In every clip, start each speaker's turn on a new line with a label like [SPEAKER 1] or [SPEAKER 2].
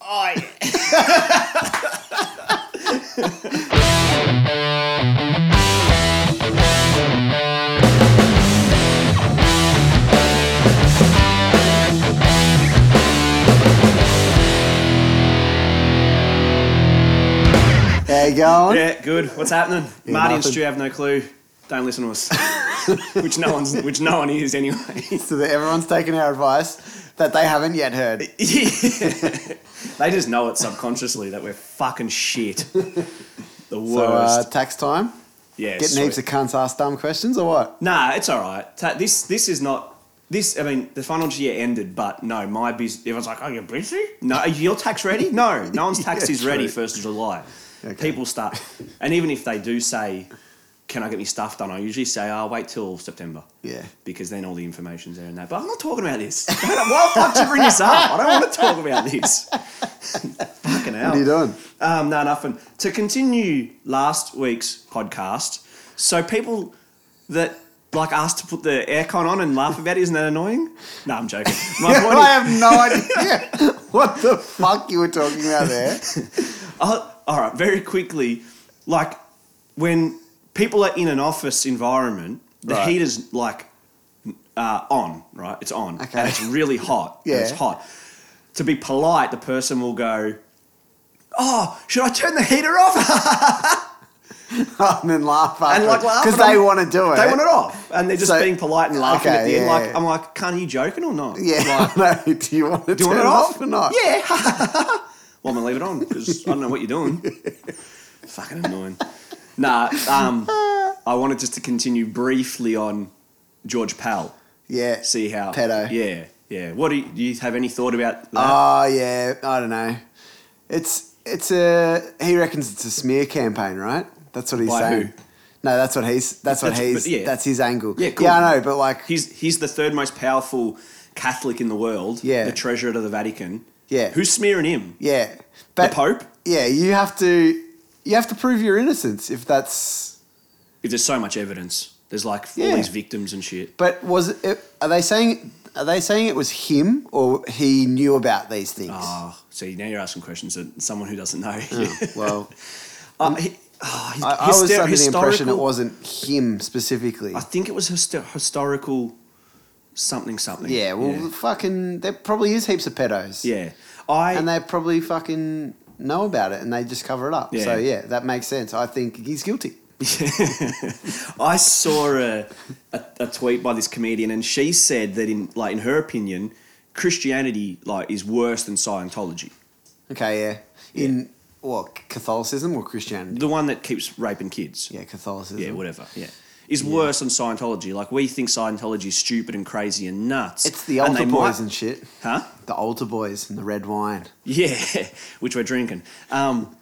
[SPEAKER 1] Oh, yeah.
[SPEAKER 2] There you going.
[SPEAKER 1] Yeah, good. What's happening? Marty and
[SPEAKER 2] nothing.
[SPEAKER 1] Stu have no clue. Don't listen to us. which no one's, which no one is anyway.
[SPEAKER 2] So that everyone's taken our advice that they haven't yet heard.
[SPEAKER 1] They just know it subconsciously that we're fucking shit. The worst.
[SPEAKER 2] So uh, tax time.
[SPEAKER 1] yeah.
[SPEAKER 2] Getting heaps of
[SPEAKER 1] sweet.
[SPEAKER 2] cunts ask dumb questions or what?
[SPEAKER 1] Nah, it's all right. Ta- This this is not. This I mean, the financial year ended, but no, my business. Everyone's like, "Are you busy? No, are your tax ready? No, no one's tax
[SPEAKER 2] Yeah,
[SPEAKER 1] is ready
[SPEAKER 2] true.
[SPEAKER 1] first of July.
[SPEAKER 2] Okay.
[SPEAKER 1] People start, and even if they do say, "Can I get me stuff done?" I usually say, "Oh, "I'll wait till September."
[SPEAKER 2] Yeah.
[SPEAKER 1] because then all the information's there and that. But I'm not talking about this. Why the fuck did you bring this up? I don't want to talk about this. Fucking hell.
[SPEAKER 2] What are you doing?
[SPEAKER 1] Um, no, nothing. To continue last week's podcast, so people that like asked to put the aircon on and laugh about it, isn't that annoying? No, I'm joking. My point
[SPEAKER 2] I have no idea what the fuck you were talking about there.
[SPEAKER 1] Oh, all right, very quickly, like when people are in an office environment, the
[SPEAKER 2] Right.
[SPEAKER 1] heat is like uh, on, right? It's on,
[SPEAKER 2] Okay.
[SPEAKER 1] and it's really hot. and it's
[SPEAKER 2] Yeah.
[SPEAKER 1] hot. To be polite, the person will go, "Oh, should I turn the heater off?"
[SPEAKER 2] and then laugh after
[SPEAKER 1] And like laugh,
[SPEAKER 2] because
[SPEAKER 1] and
[SPEAKER 2] they
[SPEAKER 1] I'm-
[SPEAKER 2] want to do it.
[SPEAKER 1] They want it off, and they're just
[SPEAKER 2] So-
[SPEAKER 1] being polite and laughing
[SPEAKER 2] okay,
[SPEAKER 1] at the end.
[SPEAKER 2] yeah,
[SPEAKER 1] Like
[SPEAKER 2] yeah.
[SPEAKER 1] I'm like, "Can't you joking or not?"
[SPEAKER 2] Yeah, I know. Do you want to
[SPEAKER 1] Do you
[SPEAKER 2] turn
[SPEAKER 1] want
[SPEAKER 2] it
[SPEAKER 1] it off?
[SPEAKER 2] or not?
[SPEAKER 1] Yeah. well, I'm gonna leave it on because I don't know what you're doing. Fucking annoying. Nah. Um, I wanted just to continue briefly on George Pal.
[SPEAKER 2] Yeah.
[SPEAKER 1] See how
[SPEAKER 2] Pedo.
[SPEAKER 1] Yeah, yeah. What do you, do you have any thought about that?
[SPEAKER 2] Oh yeah, I don't know. It's it's a he reckons it's a smear campaign, right? That's what he's
[SPEAKER 1] By
[SPEAKER 2] saying.
[SPEAKER 1] who?
[SPEAKER 2] No, that's what he's that's what
[SPEAKER 1] That's-
[SPEAKER 2] he's
[SPEAKER 1] but yeah.
[SPEAKER 2] that's his angle.
[SPEAKER 1] Yeah, cool.
[SPEAKER 2] yeah, I know, but like
[SPEAKER 1] he's he's the third most powerful Catholic in the world.
[SPEAKER 2] Yeah.
[SPEAKER 1] The treasurer to the Vatican.
[SPEAKER 2] Yeah.
[SPEAKER 1] Who's smearing him?
[SPEAKER 2] yeah, but
[SPEAKER 1] the Pope.
[SPEAKER 2] yeah, you have to you have to prove your innocence if that's.
[SPEAKER 1] There's so much evidence. There's like
[SPEAKER 2] Yeah.
[SPEAKER 1] all these victims and shit.
[SPEAKER 2] But was it? Are they saying? Are they saying it was him or he knew about these things?
[SPEAKER 1] Oh, see, now you're asking questions that someone who doesn't know.
[SPEAKER 2] Oh, well,
[SPEAKER 1] Uh, he, oh, his,
[SPEAKER 2] I, I was
[SPEAKER 1] hyster-
[SPEAKER 2] under the impression it
[SPEAKER 1] historical-
[SPEAKER 2] wasn't him specifically.
[SPEAKER 1] I think it was histo- historical something something.
[SPEAKER 2] yeah, well,
[SPEAKER 1] yeah.
[SPEAKER 2] fucking, there probably is heaps of pedos.
[SPEAKER 1] Yeah. I
[SPEAKER 2] and they probably fucking know about it and they just cover it up.
[SPEAKER 1] Yeah.
[SPEAKER 2] So yeah, that makes sense. I think he's guilty.
[SPEAKER 1] I saw a, a, a tweet by this comedian, and she said that in like in her opinion, Christianity like is worse than Scientology,
[SPEAKER 2] Okay, yeah. In what Catholicism or Christianity?
[SPEAKER 1] the one that keeps raping kids.
[SPEAKER 2] Yeah, Catholicism.
[SPEAKER 1] Yeah, whatever. Yeah. Is worse than Scientology. Like we think Scientology is stupid and crazy and nuts.
[SPEAKER 2] It's the
[SPEAKER 1] and
[SPEAKER 2] altar
[SPEAKER 1] they
[SPEAKER 2] boys
[SPEAKER 1] might-
[SPEAKER 2] and shit.
[SPEAKER 1] huh?
[SPEAKER 2] The altar boys and the red wine.
[SPEAKER 1] Yeah, which we're drinking. Um,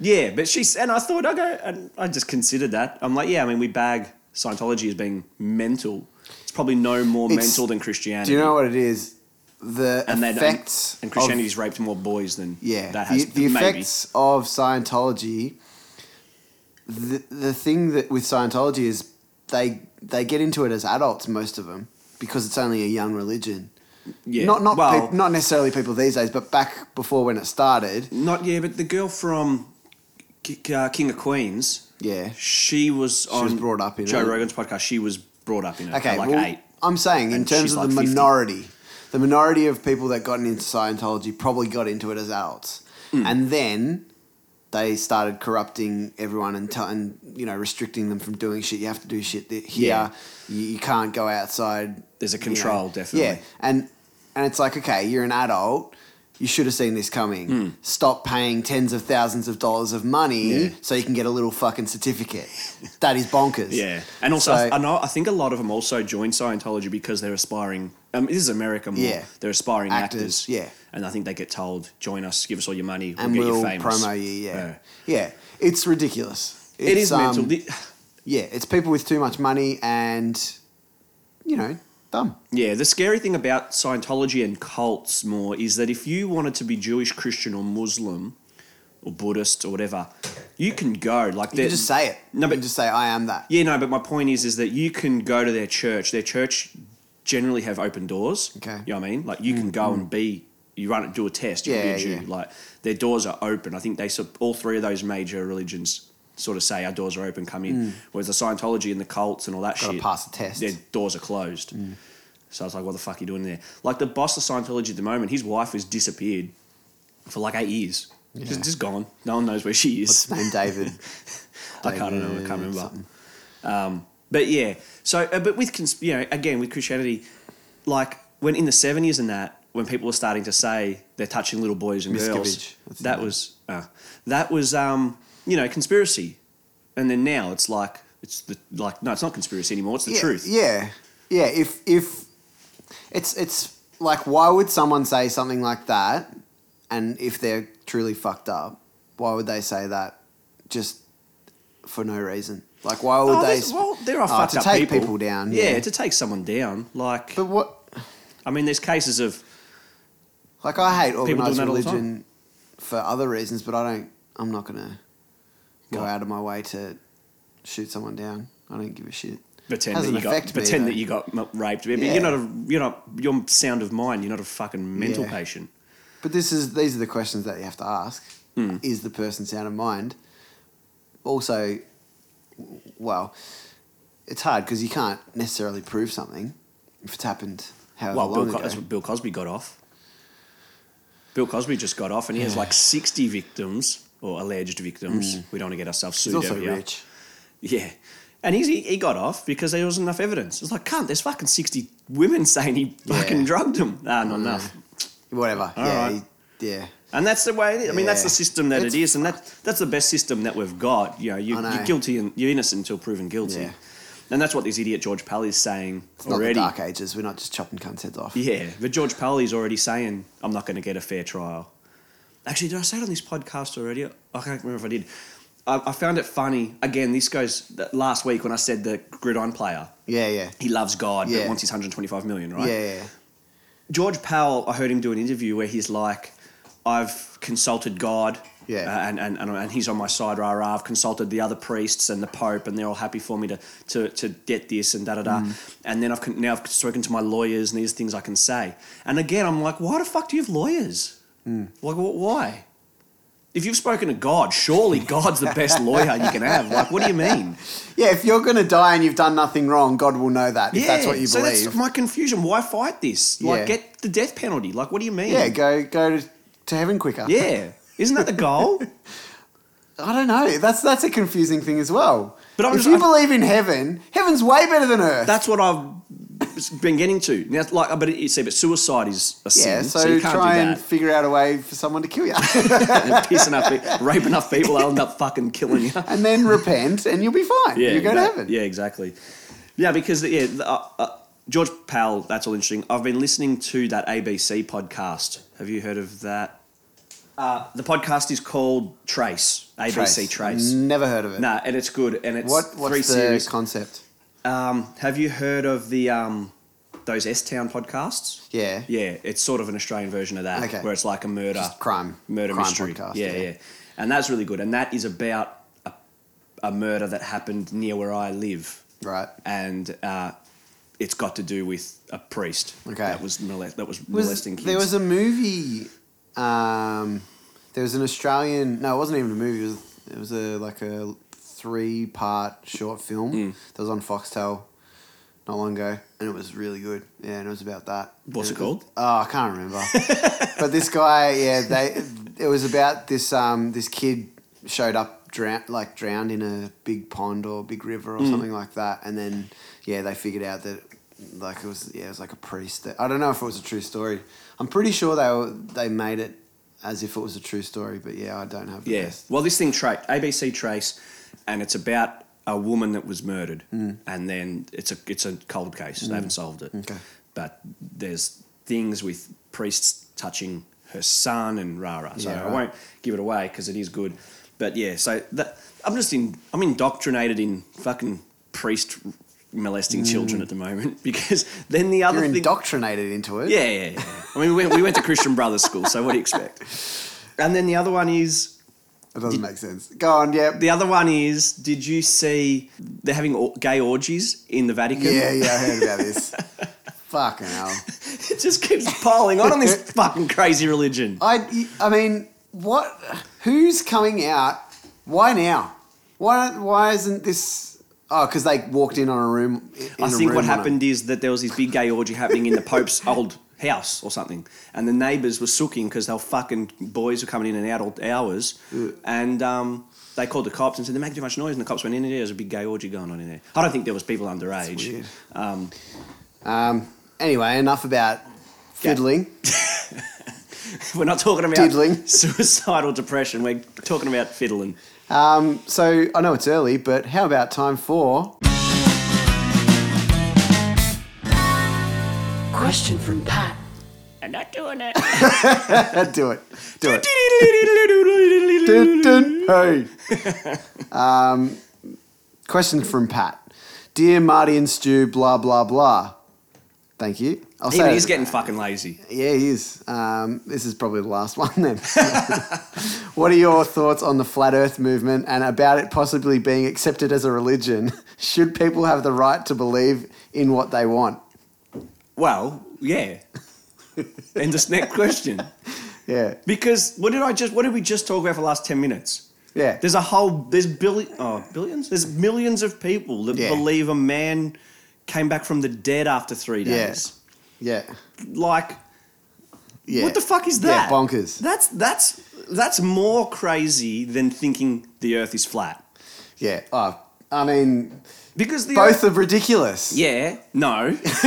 [SPEAKER 1] yeah, but she's and I thought I go and I just considered that. I'm like, yeah, I mean, we bag Scientology as being mental. It's probably no more
[SPEAKER 2] It's-
[SPEAKER 1] mental than Christianity.
[SPEAKER 2] Do you know what it is? The
[SPEAKER 1] and they don't-
[SPEAKER 2] effects
[SPEAKER 1] and
[SPEAKER 2] of-
[SPEAKER 1] Christianity's raped more boys than
[SPEAKER 2] yeah,
[SPEAKER 1] that has
[SPEAKER 2] the, the
[SPEAKER 1] maybe.
[SPEAKER 2] effects of Scientology. The, the thing that with Scientology is they they get into it as adults, most of them, because it's only a young religion.
[SPEAKER 1] yeah,
[SPEAKER 2] Not not
[SPEAKER 1] well,
[SPEAKER 2] peop- not necessarily people these days, but back before when it started.
[SPEAKER 1] not yeah, but the girl from K- uh, King of Queens,
[SPEAKER 2] Yeah.
[SPEAKER 1] she was on
[SPEAKER 2] was brought up in
[SPEAKER 1] Joe
[SPEAKER 2] it.
[SPEAKER 1] Rogan's podcast. She was brought up in it.
[SPEAKER 2] Okay.
[SPEAKER 1] at like
[SPEAKER 2] well,
[SPEAKER 1] eight.
[SPEAKER 2] I'm saying in
[SPEAKER 1] And
[SPEAKER 2] terms
[SPEAKER 1] she's
[SPEAKER 2] of
[SPEAKER 1] like
[SPEAKER 2] the
[SPEAKER 1] 50.
[SPEAKER 2] minority, the minority of people that gotten into Scientology probably got into it as adults,
[SPEAKER 1] Hmm.
[SPEAKER 2] and then they started corrupting everyone and, t- and you know restricting them from doing shit. You have to do shit th- here.
[SPEAKER 1] Yeah.
[SPEAKER 2] You, you can't go outside.
[SPEAKER 1] There's a
[SPEAKER 2] you know.
[SPEAKER 1] control, definitely.
[SPEAKER 2] Yeah, and and it's like okay, you're an adult. You should have seen this coming. Stop paying tens of thousands of dollars of money
[SPEAKER 1] Hmm. Yeah.
[SPEAKER 2] so you can get a little fucking certificate. that is bonkers.
[SPEAKER 1] Yeah, and also
[SPEAKER 2] So-
[SPEAKER 1] I know I think a lot of them also join Scientology because they're aspiring. Um, this is America more.
[SPEAKER 2] Yeah.
[SPEAKER 1] they're aspiring
[SPEAKER 2] Actors,
[SPEAKER 1] actors,
[SPEAKER 2] yeah.
[SPEAKER 1] and I think they get told, "Join us, give us all your money, we'll
[SPEAKER 2] and
[SPEAKER 1] get
[SPEAKER 2] we'll
[SPEAKER 1] you famous."
[SPEAKER 2] promo you. Yeah,
[SPEAKER 1] Uh,
[SPEAKER 2] yeah. It's ridiculous. It's,
[SPEAKER 1] it is
[SPEAKER 2] um,
[SPEAKER 1] mental. The-
[SPEAKER 2] yeah, it's people with too much money and you know dumb.
[SPEAKER 1] Yeah, the scary thing about Scientology and cults more is that if you wanted to be Jewish, Christian, or Muslim, or Buddhist, or whatever, you can go. Like,
[SPEAKER 2] You just say it.
[SPEAKER 1] No,
[SPEAKER 2] you
[SPEAKER 1] but
[SPEAKER 2] can just say I am that.
[SPEAKER 1] Yeah, no, but my point is, is that you can go to their church. Their church generally have open doors.
[SPEAKER 2] Okay. Mm,
[SPEAKER 1] You know what I mean? Like you can go and be you run do a test. You
[SPEAKER 2] Yeah,
[SPEAKER 1] can be a Jew.
[SPEAKER 2] yeah.
[SPEAKER 1] Like their doors are open. I think they sup- all three of those major religions sort of say our doors are open. Come in. Whereas the Scientology and the cults and all that
[SPEAKER 2] Mm. Gotta
[SPEAKER 1] shit,
[SPEAKER 2] pass the test. Mm.
[SPEAKER 1] Their doors are closed. So I was like, what the fuck are you doing there? Like the boss of Scientology at the moment, his wife has disappeared for like eight years. Just, just gone. No one knows where she is.
[SPEAKER 2] What's his name? David.
[SPEAKER 1] I can't
[SPEAKER 2] David
[SPEAKER 1] remember. I can't remember.
[SPEAKER 2] something.
[SPEAKER 1] But yeah, so uh, but with cons- you know again with Christianity, like when in the seventies and that when people were starting to say they're touching little boys and
[SPEAKER 2] Miscavige,
[SPEAKER 1] girls,
[SPEAKER 2] that's
[SPEAKER 1] that
[SPEAKER 2] the
[SPEAKER 1] was uh, that was um, you know conspiracy, and then now it's like it's the like no it's not conspiracy anymore it's the
[SPEAKER 2] yeah,
[SPEAKER 1] truth.
[SPEAKER 2] Yeah, yeah. If if it's it's like, why would someone say something like that? And if they're truly fucked up, why would they say that just for no reason? Like, why would
[SPEAKER 1] Oh,
[SPEAKER 2] they?
[SPEAKER 1] there's- well, there are
[SPEAKER 2] Oh,
[SPEAKER 1] fucked
[SPEAKER 2] to
[SPEAKER 1] up
[SPEAKER 2] take
[SPEAKER 1] people.
[SPEAKER 2] people down,
[SPEAKER 1] Yeah.
[SPEAKER 2] yeah.
[SPEAKER 1] to take someone down. Like
[SPEAKER 2] But what?
[SPEAKER 1] I mean, there's cases of
[SPEAKER 2] Like, I hate
[SPEAKER 1] doing
[SPEAKER 2] organized
[SPEAKER 1] that all the time.
[SPEAKER 2] religion for other reasons, but I don't. I'm not gonna go
[SPEAKER 1] What?
[SPEAKER 2] out of my way to shoot someone down. I don't give a shit.
[SPEAKER 1] pretend that
[SPEAKER 2] Hasn't
[SPEAKER 1] you got
[SPEAKER 2] affected me,
[SPEAKER 1] pretend
[SPEAKER 2] though.
[SPEAKER 1] that you got m- raped. But
[SPEAKER 2] Yeah.
[SPEAKER 1] you're not a you're not you're sound of mind. You're not a fucking mental
[SPEAKER 2] Yeah.
[SPEAKER 1] patient.
[SPEAKER 2] But this is these are the questions that you have to ask.
[SPEAKER 1] Hmm.
[SPEAKER 2] Is the person sound of mind? Also, w- well, it's hard because you can't necessarily prove something if it's happened however
[SPEAKER 1] Well,
[SPEAKER 2] long
[SPEAKER 1] Bill, Co-
[SPEAKER 2] ago.
[SPEAKER 1] that's what Bill Cosby got off. Bill Cosby just got off, and he has like sixty victims or alleged victims. We don't want to get ourselves
[SPEAKER 2] Mm. He's
[SPEAKER 1] sued.
[SPEAKER 2] also
[SPEAKER 1] over here.
[SPEAKER 2] rich.
[SPEAKER 1] Yeah, and he's, he he got off because there wasn't enough evidence. It's like, can't there's fucking sixty women saying he fucking drugged them. Ah,
[SPEAKER 2] Mm.
[SPEAKER 1] not enough.
[SPEAKER 2] Whatever. yeah,
[SPEAKER 1] right.
[SPEAKER 2] he- yeah.
[SPEAKER 1] And that's the way. It is. I mean, that's the
[SPEAKER 2] Yeah.
[SPEAKER 1] system that
[SPEAKER 2] It's-
[SPEAKER 1] it is, and that that's the best system that we've got. You know, you,
[SPEAKER 2] I know.
[SPEAKER 1] you're guilty and you're innocent until proven guilty,
[SPEAKER 2] Yeah.
[SPEAKER 1] and that's what this idiot George Pally is saying
[SPEAKER 2] It's not the
[SPEAKER 1] already.
[SPEAKER 2] Dark Ages. We're not just chopping cunts' heads off.
[SPEAKER 1] Yeah, but George Paley's already saying, I'm not going to get a fair trial. Actually, did I say it on this podcast already? I can't remember if I did. I, I found it funny. Again, this goes that last week when I said the gridiron player.
[SPEAKER 2] Yeah, yeah.
[SPEAKER 1] He loves God,
[SPEAKER 2] Yeah.
[SPEAKER 1] but wants his 125 million, right?
[SPEAKER 2] Yeah, yeah.
[SPEAKER 1] George Powell, I heard him do an interview where he's like, I've consulted God.
[SPEAKER 2] Yeah.
[SPEAKER 1] uh, and, and, and, and he's on my side, rah, rah. I've consulted the other priests and the Pope, and they're all happy for me to, to, to get this and da da da.
[SPEAKER 2] Mm.
[SPEAKER 1] And then I've con- now I've spoken to my lawyers, and these things I can say. And again, I'm like, why the fuck do you have lawyers?
[SPEAKER 2] Mm.
[SPEAKER 1] Like, wh- why? If you've spoken to God, surely God's the best lawyer you can have. Like, what do you mean?
[SPEAKER 2] Yeah, if you're going to die and you've done nothing wrong, God will know that if that's what you
[SPEAKER 1] so
[SPEAKER 2] believe.
[SPEAKER 1] that's my confusion. Why fight this? Like,
[SPEAKER 2] Yeah.
[SPEAKER 1] get the death penalty. Like, what do you mean?
[SPEAKER 2] yeah, go go to, to heaven quicker.
[SPEAKER 1] Yeah. Isn't that the goal?
[SPEAKER 2] I don't know. That's that's a confusing thing as well.
[SPEAKER 1] But I'm
[SPEAKER 2] if
[SPEAKER 1] just-
[SPEAKER 2] you
[SPEAKER 1] I'm-
[SPEAKER 2] believe in heaven, heaven's way better than earth.
[SPEAKER 1] That's what I've been getting to. Now, like, but you see, but suicide is a sin,
[SPEAKER 2] yeah,
[SPEAKER 1] so,
[SPEAKER 2] so,
[SPEAKER 1] you can't
[SPEAKER 2] try
[SPEAKER 1] do
[SPEAKER 2] and
[SPEAKER 1] that.
[SPEAKER 2] figure out a way for someone to kill you,
[SPEAKER 1] And piss enough, pe- rape enough people, I'll end up fucking killing you.
[SPEAKER 2] and then repent, and you'll be fine.
[SPEAKER 1] Yeah,
[SPEAKER 2] you go to
[SPEAKER 1] exact-
[SPEAKER 2] heaven.
[SPEAKER 1] Yeah, exactly. Yeah, because yeah, the- uh, uh, George Powell. That's all interesting. I've been listening to that ABC podcast. Have you heard of that? Uh, the podcast is called Trace ABC Trace.
[SPEAKER 2] Never heard of it.
[SPEAKER 1] Nah, and it's good, and it's
[SPEAKER 2] Mm. What what's
[SPEAKER 1] three
[SPEAKER 2] the
[SPEAKER 1] series.
[SPEAKER 2] concept?
[SPEAKER 1] Um, have you heard of the um, those S Town podcasts?
[SPEAKER 2] Yeah.
[SPEAKER 1] Yeah, it's sort of an Australian version of that,
[SPEAKER 2] Okay.
[SPEAKER 1] where it's like a murder,
[SPEAKER 2] Just crime-
[SPEAKER 1] murder
[SPEAKER 2] crime
[SPEAKER 1] mystery.
[SPEAKER 2] podcast,
[SPEAKER 1] yeah,
[SPEAKER 2] yeah.
[SPEAKER 1] yeah, and that's really good. And that is about a, a murder that happened near where I live,
[SPEAKER 2] Right.
[SPEAKER 1] and uh, it's got to do with a priest.
[SPEAKER 2] Okay.
[SPEAKER 1] that was molest- that was,
[SPEAKER 2] Was-
[SPEAKER 1] molesting kids.
[SPEAKER 2] there was a movie. Um, there was an Australian. No, it wasn't even a movie. It was, it was a like a three part short film
[SPEAKER 1] Hmm.
[SPEAKER 2] that was on Foxtel not long ago, and it was really good. Yeah, and it was about that.
[SPEAKER 1] What's it
[SPEAKER 2] was-
[SPEAKER 1] called?
[SPEAKER 2] Oh, I can't remember. but this guy, yeah, they. It was about this. Um, this kid showed up drown, like drowned in a big pond or big river
[SPEAKER 1] Hmm.
[SPEAKER 2] or something like that, and then yeah, they figured out that like it was yeah, it was like a priest. That, I don't know if it was a true story. I'm pretty sure they were, they made it as if it was a true story, but yeah, I don't have the
[SPEAKER 1] Yeah.
[SPEAKER 2] best.
[SPEAKER 1] Well, this thing tra- ABC Trace, and it's about a woman that was murdered, and then it's a it's a cold case. They haven't solved it.
[SPEAKER 2] Mm. Okay.
[SPEAKER 1] But there's things with priests touching her son and rah rah. So
[SPEAKER 2] Yeah,
[SPEAKER 1] I
[SPEAKER 2] right.
[SPEAKER 1] won't give it away because it is good. But yeah, so that I'm just in I'm indoctrinated in fucking priest molesting children at the moment because then the other
[SPEAKER 2] Mm. You're
[SPEAKER 1] thing
[SPEAKER 2] indoctrinated into it.
[SPEAKER 1] yeah, yeah, yeah. I mean, we, we went to Christian Brothers school, so what do you expect? And then the other one is
[SPEAKER 2] it doesn't make sense. Go on, yeah.
[SPEAKER 1] the other one is, did you see they're having or- gay orgies in the Vatican?
[SPEAKER 2] Yeah, yeah, I heard about this. Fucking hell.
[SPEAKER 1] It just keeps piling on on this fucking crazy religion.
[SPEAKER 2] I, I mean, what? Who's coming out? Why now? Why don't- why isn't this? Oh, because they walked in on a room. in
[SPEAKER 1] I
[SPEAKER 2] a
[SPEAKER 1] think
[SPEAKER 2] room
[SPEAKER 1] what
[SPEAKER 2] on a-
[SPEAKER 1] happened is that there was this big gay orgy happening in the Pope's old house or something, and the neighbours were sooking because they were fucking boys were coming in and out all hours, and um, they called the cops and said they're making too much noise, and the cops went in and there was a big gay orgy going on in there. I don't think there was people underage.
[SPEAKER 2] weird.
[SPEAKER 1] Um,
[SPEAKER 2] Um. Anyway, enough about fiddling.
[SPEAKER 1] we're not talking about
[SPEAKER 2] Diddling.
[SPEAKER 1] suicidal depression. We're talking about fiddling.
[SPEAKER 2] Um. So I know it's early, but how about time for?
[SPEAKER 3] Question from Pat.
[SPEAKER 1] I'm not doing it.
[SPEAKER 2] Do it. Do it. Dun, dun, hey. um, question from Pat. Dear Marty and Stu, blah blah blah. Thank you. I'll
[SPEAKER 1] Even
[SPEAKER 2] say
[SPEAKER 1] he's
[SPEAKER 2] it-
[SPEAKER 1] getting fucking lazy.
[SPEAKER 2] Yeah, he is. Um, this is probably the last one then. what are your thoughts on the flat earth movement and about it possibly being accepted as a religion? Should people have the right to believe in what they want?
[SPEAKER 1] Well, yeah. End of next question.
[SPEAKER 2] Yeah.
[SPEAKER 1] Because what did I just? What did we just talk about for the last ten minutes?
[SPEAKER 2] Yeah.
[SPEAKER 1] There's a whole there's billion oh billions there's millions of people that
[SPEAKER 2] Yeah.
[SPEAKER 1] believe a man came back from the dead after three
[SPEAKER 2] Yeah.
[SPEAKER 1] days.
[SPEAKER 2] yeah.
[SPEAKER 1] Like
[SPEAKER 2] Yeah.
[SPEAKER 1] what the fuck is
[SPEAKER 2] Yeah,
[SPEAKER 1] that?
[SPEAKER 2] bonkers.
[SPEAKER 1] That's that's that's more crazy than thinking the Earth is flat.
[SPEAKER 2] Yeah. Oh, I mean,
[SPEAKER 1] Because the Earth-
[SPEAKER 2] both are ridiculous.
[SPEAKER 1] Yeah, no.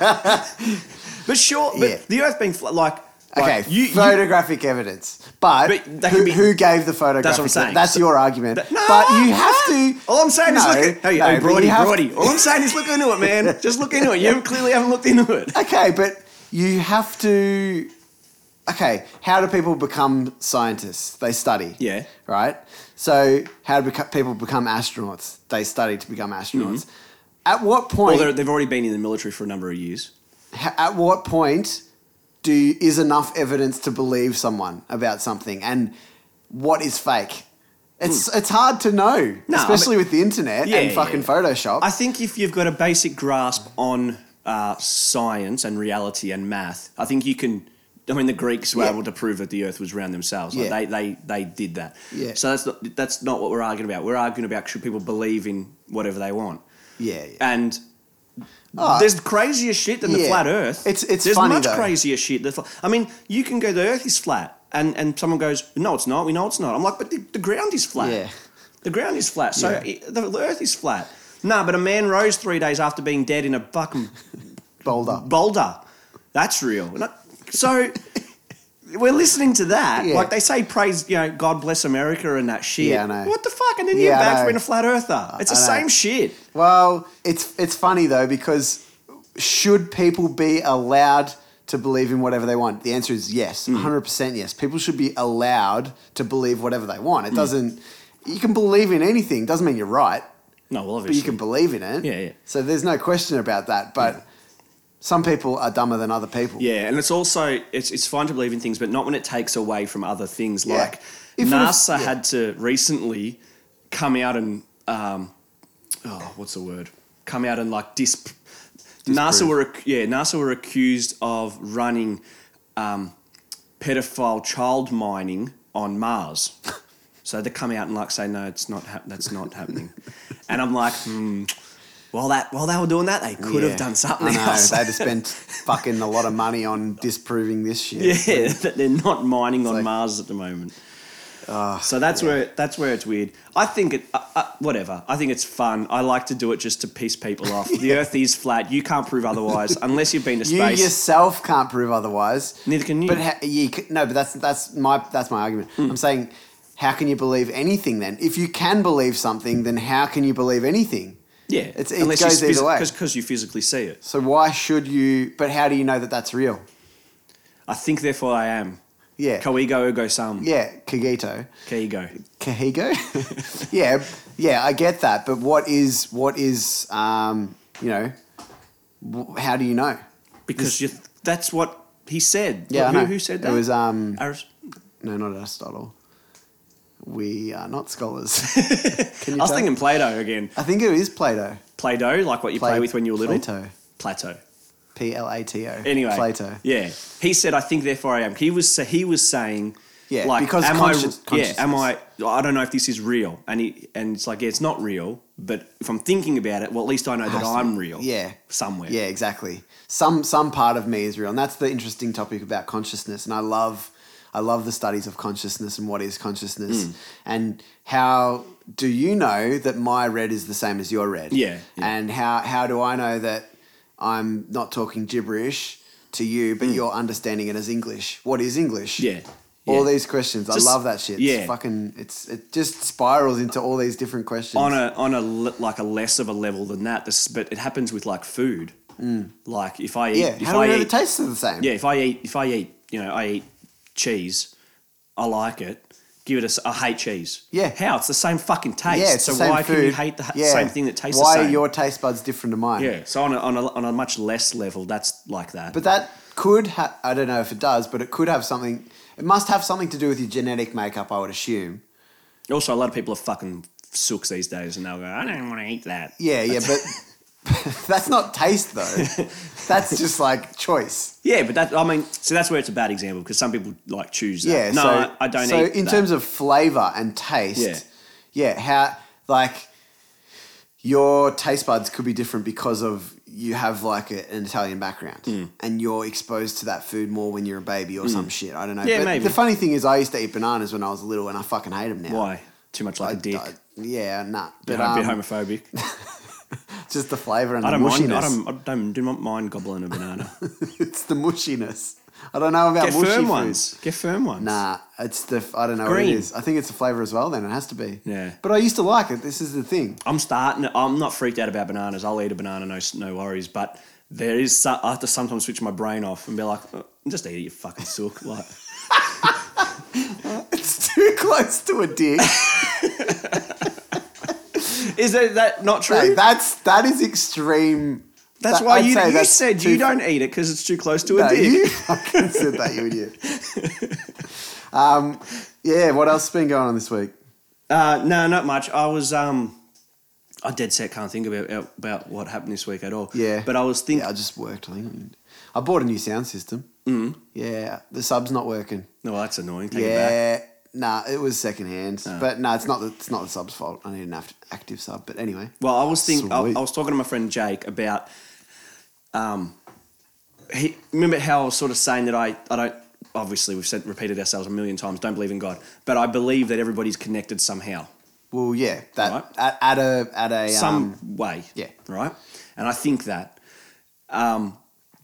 [SPEAKER 1] but sure, but
[SPEAKER 2] Yeah.
[SPEAKER 1] the Earth being flat, like,
[SPEAKER 2] Okay,
[SPEAKER 1] like, you, you-
[SPEAKER 2] photographic evidence, but,
[SPEAKER 1] But that
[SPEAKER 2] who,
[SPEAKER 1] could be-
[SPEAKER 2] who gave the photographic?
[SPEAKER 1] That's what I'm saying.
[SPEAKER 2] evidence? That's
[SPEAKER 1] So-
[SPEAKER 2] your argument.
[SPEAKER 1] That- No,
[SPEAKER 2] but you
[SPEAKER 1] no.
[SPEAKER 2] have to.
[SPEAKER 1] All I'm saying is
[SPEAKER 2] No,
[SPEAKER 1] look at hey,
[SPEAKER 2] no,
[SPEAKER 1] hey,
[SPEAKER 2] but
[SPEAKER 1] Brody,
[SPEAKER 2] you have-
[SPEAKER 1] Brody. All I'm saying is look into it, man. Just look into it. You clearly haven't looked into it.
[SPEAKER 2] Okay, but you have to. Okay, how do people become scientists? They study.
[SPEAKER 1] Yeah.
[SPEAKER 2] Right? So, how do beco- people become astronauts? They study to become astronauts. At what
[SPEAKER 1] Mm-hmm. Well,
[SPEAKER 2] point.
[SPEAKER 1] they're- they've already been in the military for a number of years.
[SPEAKER 2] h- at what point do you, is enough evidence to believe someone about something and what is fake? It's it's hard to know,
[SPEAKER 1] No, Hmm. I
[SPEAKER 2] especially
[SPEAKER 1] mean-
[SPEAKER 2] with the internet
[SPEAKER 1] Yeah,
[SPEAKER 2] and
[SPEAKER 1] yeah,
[SPEAKER 2] fucking
[SPEAKER 1] yeah.
[SPEAKER 2] Photoshop.
[SPEAKER 1] I think if you've got a basic grasp on uh, science and reality and math, I think you can. I mean, the Greeks were
[SPEAKER 2] Yeah.
[SPEAKER 1] able to prove that the Earth was round themselves. Like,
[SPEAKER 2] Yeah.
[SPEAKER 1] They, they, they did that.
[SPEAKER 2] Yeah.
[SPEAKER 1] So that's not, that's not what we're arguing about. We're arguing about should people believe in whatever they want.
[SPEAKER 2] yeah, yeah.
[SPEAKER 1] And
[SPEAKER 2] Oh,
[SPEAKER 1] there's crazier shit than the
[SPEAKER 2] yeah.
[SPEAKER 1] flat Earth.
[SPEAKER 2] It's- it's
[SPEAKER 1] there's
[SPEAKER 2] funny,
[SPEAKER 1] much
[SPEAKER 2] though.
[SPEAKER 1] crazier shit. Than, fla- I mean, you can go the Earth is flat, and and someone goes, no, it's not. We know it's not. I'm like, but the, the ground is flat.
[SPEAKER 2] Yeah.
[SPEAKER 1] The ground is flat. So
[SPEAKER 2] Yeah.
[SPEAKER 1] it- the, the Earth is flat. Nah, but a man rose three days after being dead in a fucking
[SPEAKER 2] Boulder.
[SPEAKER 1] boulder. That's real. No- So we're listening to that.
[SPEAKER 2] Yeah.
[SPEAKER 1] Like they say, praise, you know, God bless America and that shit.
[SPEAKER 2] Yeah, I know.
[SPEAKER 1] What the fuck? And then
[SPEAKER 2] Yeah,
[SPEAKER 1] you're
[SPEAKER 2] I
[SPEAKER 1] back
[SPEAKER 2] know.
[SPEAKER 1] for being a flat earther. It's the
[SPEAKER 2] I know.
[SPEAKER 1] same shit.
[SPEAKER 2] Well, it's it's funny though because should people be allowed to believe in whatever they want? The answer is yes,
[SPEAKER 1] Hmm.
[SPEAKER 2] 100% yes. People should be allowed to believe whatever they want.
[SPEAKER 1] Hmm.
[SPEAKER 2] It doesn't you can believe in anything, doesn't mean you're right.
[SPEAKER 1] No, well, obviously.
[SPEAKER 2] but you can believe in it.
[SPEAKER 1] Yeah, yeah.
[SPEAKER 2] So there's no question about that. But some people are dumber than other people.
[SPEAKER 1] Yeah, and it's also it's it's fine to believe in things, but not when it takes away from other things.
[SPEAKER 2] Yeah.
[SPEAKER 1] Like
[SPEAKER 2] If it was-
[SPEAKER 1] NASA
[SPEAKER 2] yeah.
[SPEAKER 1] had to recently come out and um, oh, what's the word? Come out and like dis. NASA were ac- yeah NASA were accused of running um, pedophile child mining on Mars. So they come out and like say, no, it's not. hap that's not happening. And I'm like, hmm. While that while they were doing that, they could
[SPEAKER 2] Yeah.
[SPEAKER 1] have done something
[SPEAKER 2] I know,
[SPEAKER 1] else.
[SPEAKER 2] They'd have spent fucking a lot of money on disproving this shit.
[SPEAKER 1] Yeah, that they're not mining on
[SPEAKER 2] like-
[SPEAKER 1] Mars at the moment.
[SPEAKER 2] Ah,
[SPEAKER 1] so that's where that's where it's weird. I think it, uh, uh, whatever. I think it's fun. I like to do it just to piss people off. The Earth is flat. You can't prove otherwise unless you've been to
[SPEAKER 2] You
[SPEAKER 1] space.
[SPEAKER 2] yourself can't prove otherwise.
[SPEAKER 1] Neither can you. Hmm.
[SPEAKER 2] But ha- you c no, but that's that's my that's my argument. I'm saying, how can you believe anything then? If you can believe something, then how can you believe anything?
[SPEAKER 1] yeah,
[SPEAKER 2] It's- it goes either way.
[SPEAKER 1] because you physically see it.
[SPEAKER 2] So why should you? But how do you know that that's real?
[SPEAKER 1] I think, therefore, I am.
[SPEAKER 2] Yeah,
[SPEAKER 1] Coego ergo sum.
[SPEAKER 2] yeah, Kagito.
[SPEAKER 1] Coego.
[SPEAKER 2] Cahigo. yeah, yeah, I get that. But what is what is um, you know? wh- How do you know?
[SPEAKER 1] Because you, that's what he said.
[SPEAKER 2] Yeah, I
[SPEAKER 1] who,
[SPEAKER 2] know.
[SPEAKER 1] who said that?
[SPEAKER 2] It was um,
[SPEAKER 1] Aris-
[SPEAKER 2] no, not Aristotle. We are not scholars. Can
[SPEAKER 1] I was
[SPEAKER 2] tell?
[SPEAKER 1] thinking Plato again.
[SPEAKER 2] I think it is Plato.
[SPEAKER 1] Play-Doh, like what you play, with when you were little.
[SPEAKER 2] Plato.
[SPEAKER 1] Plato.
[SPEAKER 2] P L A T O.
[SPEAKER 1] Anyway,
[SPEAKER 2] Plato.
[SPEAKER 1] Yeah, he said, "I think, therefore I am." He was he was saying,
[SPEAKER 2] Yeah,
[SPEAKER 1] like,
[SPEAKER 2] because
[SPEAKER 1] am
[SPEAKER 2] conscious-
[SPEAKER 1] I, yeah, am I? I don't know if this is real." And he and it's like, yeah, it's not real, but if I'm thinking about it, well, at least I know that I'm real.
[SPEAKER 2] Ah, Yeah.
[SPEAKER 1] somewhere.
[SPEAKER 2] Yeah, exactly. Some some part of me is real, and that's the interesting topic about consciousness. And I love I love the studies of consciousness and what is consciousness,
[SPEAKER 1] Mm.
[SPEAKER 2] and how do you know that my red is the same as your red?
[SPEAKER 1] Yeah, yeah.
[SPEAKER 2] And how how do I know that I'm not talking gibberish to you, but you're understanding it as English? What is English?
[SPEAKER 1] Mm. yeah.
[SPEAKER 2] All
[SPEAKER 1] yeah.
[SPEAKER 2] these questions,
[SPEAKER 1] Just-
[SPEAKER 2] I love that shit.
[SPEAKER 1] yeah.
[SPEAKER 2] it's fucking, it's it just spirals into all these different questions.
[SPEAKER 1] on a on a le- like a less of a level than that. This, but it happens with like food. Like if I eat,
[SPEAKER 2] Mm. yeah,
[SPEAKER 1] if
[SPEAKER 2] how do
[SPEAKER 1] I
[SPEAKER 2] we know
[SPEAKER 1] eat,
[SPEAKER 2] the tastes are the same?
[SPEAKER 1] yeah, if I eat, if I eat, you know, I eat cheese. I like it. Give it a. s- I hate cheese.
[SPEAKER 2] Yeah.
[SPEAKER 1] How? It's the same fucking taste.
[SPEAKER 2] Yeah, it's
[SPEAKER 1] so
[SPEAKER 2] the same
[SPEAKER 1] why can you
[SPEAKER 2] food.
[SPEAKER 1] hate the ha-
[SPEAKER 2] Yeah.
[SPEAKER 1] same thing that tastes
[SPEAKER 2] Why
[SPEAKER 1] the same?
[SPEAKER 2] are your taste buds different to mine?
[SPEAKER 1] yeah. So on a, on a on a much less level, that's like that.
[SPEAKER 2] But that could ha- I don't know if it does, but it could have something it must have something to do with your genetic makeup, I would assume.
[SPEAKER 1] also, a lot of people are fucking sooks these days, and they'll go, "I don't want to eat that."
[SPEAKER 2] Yeah, yeah, but that's not taste though. that's just like choice.
[SPEAKER 1] Yeah, but that I mean, so that's where it's a bad example because some people like choose. That.
[SPEAKER 2] Yeah.
[SPEAKER 1] No,
[SPEAKER 2] so,
[SPEAKER 1] I, I don't.
[SPEAKER 2] So
[SPEAKER 1] eat
[SPEAKER 2] in
[SPEAKER 1] that.
[SPEAKER 2] terms of flavor and taste, yeah. how like your taste buds could be different because of you have like a, an Italian background
[SPEAKER 1] Hmm.
[SPEAKER 2] and you're exposed to that food more when you're a baby or some shit. I don't know.
[SPEAKER 1] Yeah,
[SPEAKER 2] but
[SPEAKER 1] maybe.
[SPEAKER 2] The funny thing is, I used to eat bananas when I was little and I fucking hate them now.
[SPEAKER 1] Why? Too much like a dick.
[SPEAKER 2] I- yeah, nah.
[SPEAKER 1] Bit,
[SPEAKER 2] But
[SPEAKER 1] hom- bit
[SPEAKER 2] um,
[SPEAKER 1] homophobic.
[SPEAKER 2] just the flavor and
[SPEAKER 1] I
[SPEAKER 2] the
[SPEAKER 1] don't mind. I
[SPEAKER 2] mushiness.
[SPEAKER 1] don't, I don't do not mind gobbling a banana.
[SPEAKER 2] it's the mushiness. I don't know about
[SPEAKER 1] Get
[SPEAKER 2] mushy
[SPEAKER 1] firm
[SPEAKER 2] food.
[SPEAKER 1] ones. Get firm ones.
[SPEAKER 2] Nah, it's the I don't know what
[SPEAKER 1] green.
[SPEAKER 2] it is. I think it's the flavor as well. Then it has to be.
[SPEAKER 1] Yeah.
[SPEAKER 2] But I used to like it. This is the thing.
[SPEAKER 1] I'm starting. I'm not freaked out about bananas. I'll eat a banana, no s- no worries. But there is. so- I have to sometimes switch my brain off and be like, "Uh, just eat it, you fucking sook. Like,
[SPEAKER 2] It's too close to a dick.
[SPEAKER 1] is that, that not true?
[SPEAKER 2] Hey, that's that is extreme.
[SPEAKER 1] that's
[SPEAKER 2] that-
[SPEAKER 1] why
[SPEAKER 2] I'd
[SPEAKER 1] you
[SPEAKER 2] say
[SPEAKER 1] you
[SPEAKER 2] that's
[SPEAKER 1] said
[SPEAKER 2] too
[SPEAKER 1] you don't eat it because it's too close to a
[SPEAKER 2] No,
[SPEAKER 1] dick.
[SPEAKER 2] you fucking said that, you idiot. um, yeah. What else has been going on this week?
[SPEAKER 1] Uh, no, not much. I was um, I dead set can't think about about what happened this week at all.
[SPEAKER 2] Yeah.
[SPEAKER 1] but I was thinking.
[SPEAKER 2] Yeah, I just worked. I think I bought a new sound system. Mm. Yeah, the sub's not working.
[SPEAKER 1] No, well, that's annoying. Take it back. Ah.
[SPEAKER 2] yeah. Nah, it was secondhand, but no, it's not. The, it's not the sub's fault. I need an act- active sub, but anyway.
[SPEAKER 1] Well, I was thinking, I,
[SPEAKER 2] Sweet.
[SPEAKER 1] I was talking to my friend Jake about, um, he, remember how I was sort of saying that I, I don't, obviously we've said, repeated ourselves a million times, don't believe in God, but I believe that everybody's connected somehow,
[SPEAKER 2] Well, yeah, that
[SPEAKER 1] Right.
[SPEAKER 2] at, at a at a
[SPEAKER 1] some
[SPEAKER 2] um,
[SPEAKER 1] way.
[SPEAKER 2] yeah.
[SPEAKER 1] Right. And I think that, um,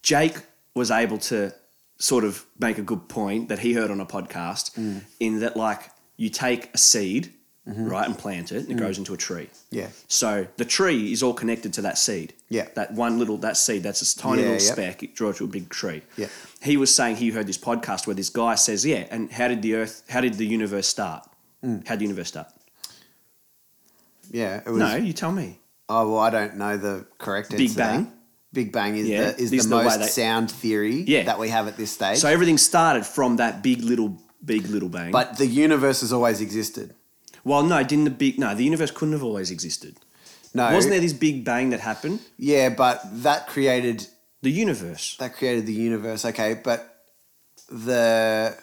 [SPEAKER 1] Jake was able to sort of make a good point that he heard on a podcast
[SPEAKER 2] Mm.
[SPEAKER 1] in that like you take a seed,
[SPEAKER 2] Mm-hmm.
[SPEAKER 1] right, and plant it and
[SPEAKER 2] Mm.
[SPEAKER 1] it goes into a tree.
[SPEAKER 2] yeah,
[SPEAKER 1] So the tree is all connected to that seed.
[SPEAKER 2] Yeah.
[SPEAKER 1] That one little that seed, that's this tiny
[SPEAKER 2] Yeah,
[SPEAKER 1] little
[SPEAKER 2] yep.
[SPEAKER 1] speck, it draws to a big tree.
[SPEAKER 2] Yeah.
[SPEAKER 1] He was saying he heard this podcast where this guy says, Yeah, and how did the earth how did the universe start? How did the universe start?
[SPEAKER 2] yeah. Mm. It was,
[SPEAKER 1] No, you tell me.
[SPEAKER 2] Oh well, I don't know the correct answer.
[SPEAKER 1] Big
[SPEAKER 2] to that.
[SPEAKER 1] Bang?
[SPEAKER 2] Big Bang is
[SPEAKER 1] Yeah,
[SPEAKER 2] the
[SPEAKER 1] this
[SPEAKER 2] is the
[SPEAKER 1] is the way
[SPEAKER 2] most
[SPEAKER 1] they-
[SPEAKER 2] sound theory
[SPEAKER 1] Yeah.
[SPEAKER 2] that we have at this stage.
[SPEAKER 1] So everything started from that big little big little bang.
[SPEAKER 2] but the universe has always existed.
[SPEAKER 1] well no, didn't the big no, the universe couldn't have always existed.
[SPEAKER 2] No,
[SPEAKER 1] Wasn't there this big bang that happened?
[SPEAKER 2] Yeah, but that created
[SPEAKER 1] The universe.
[SPEAKER 2] that created the universe. Okay, but the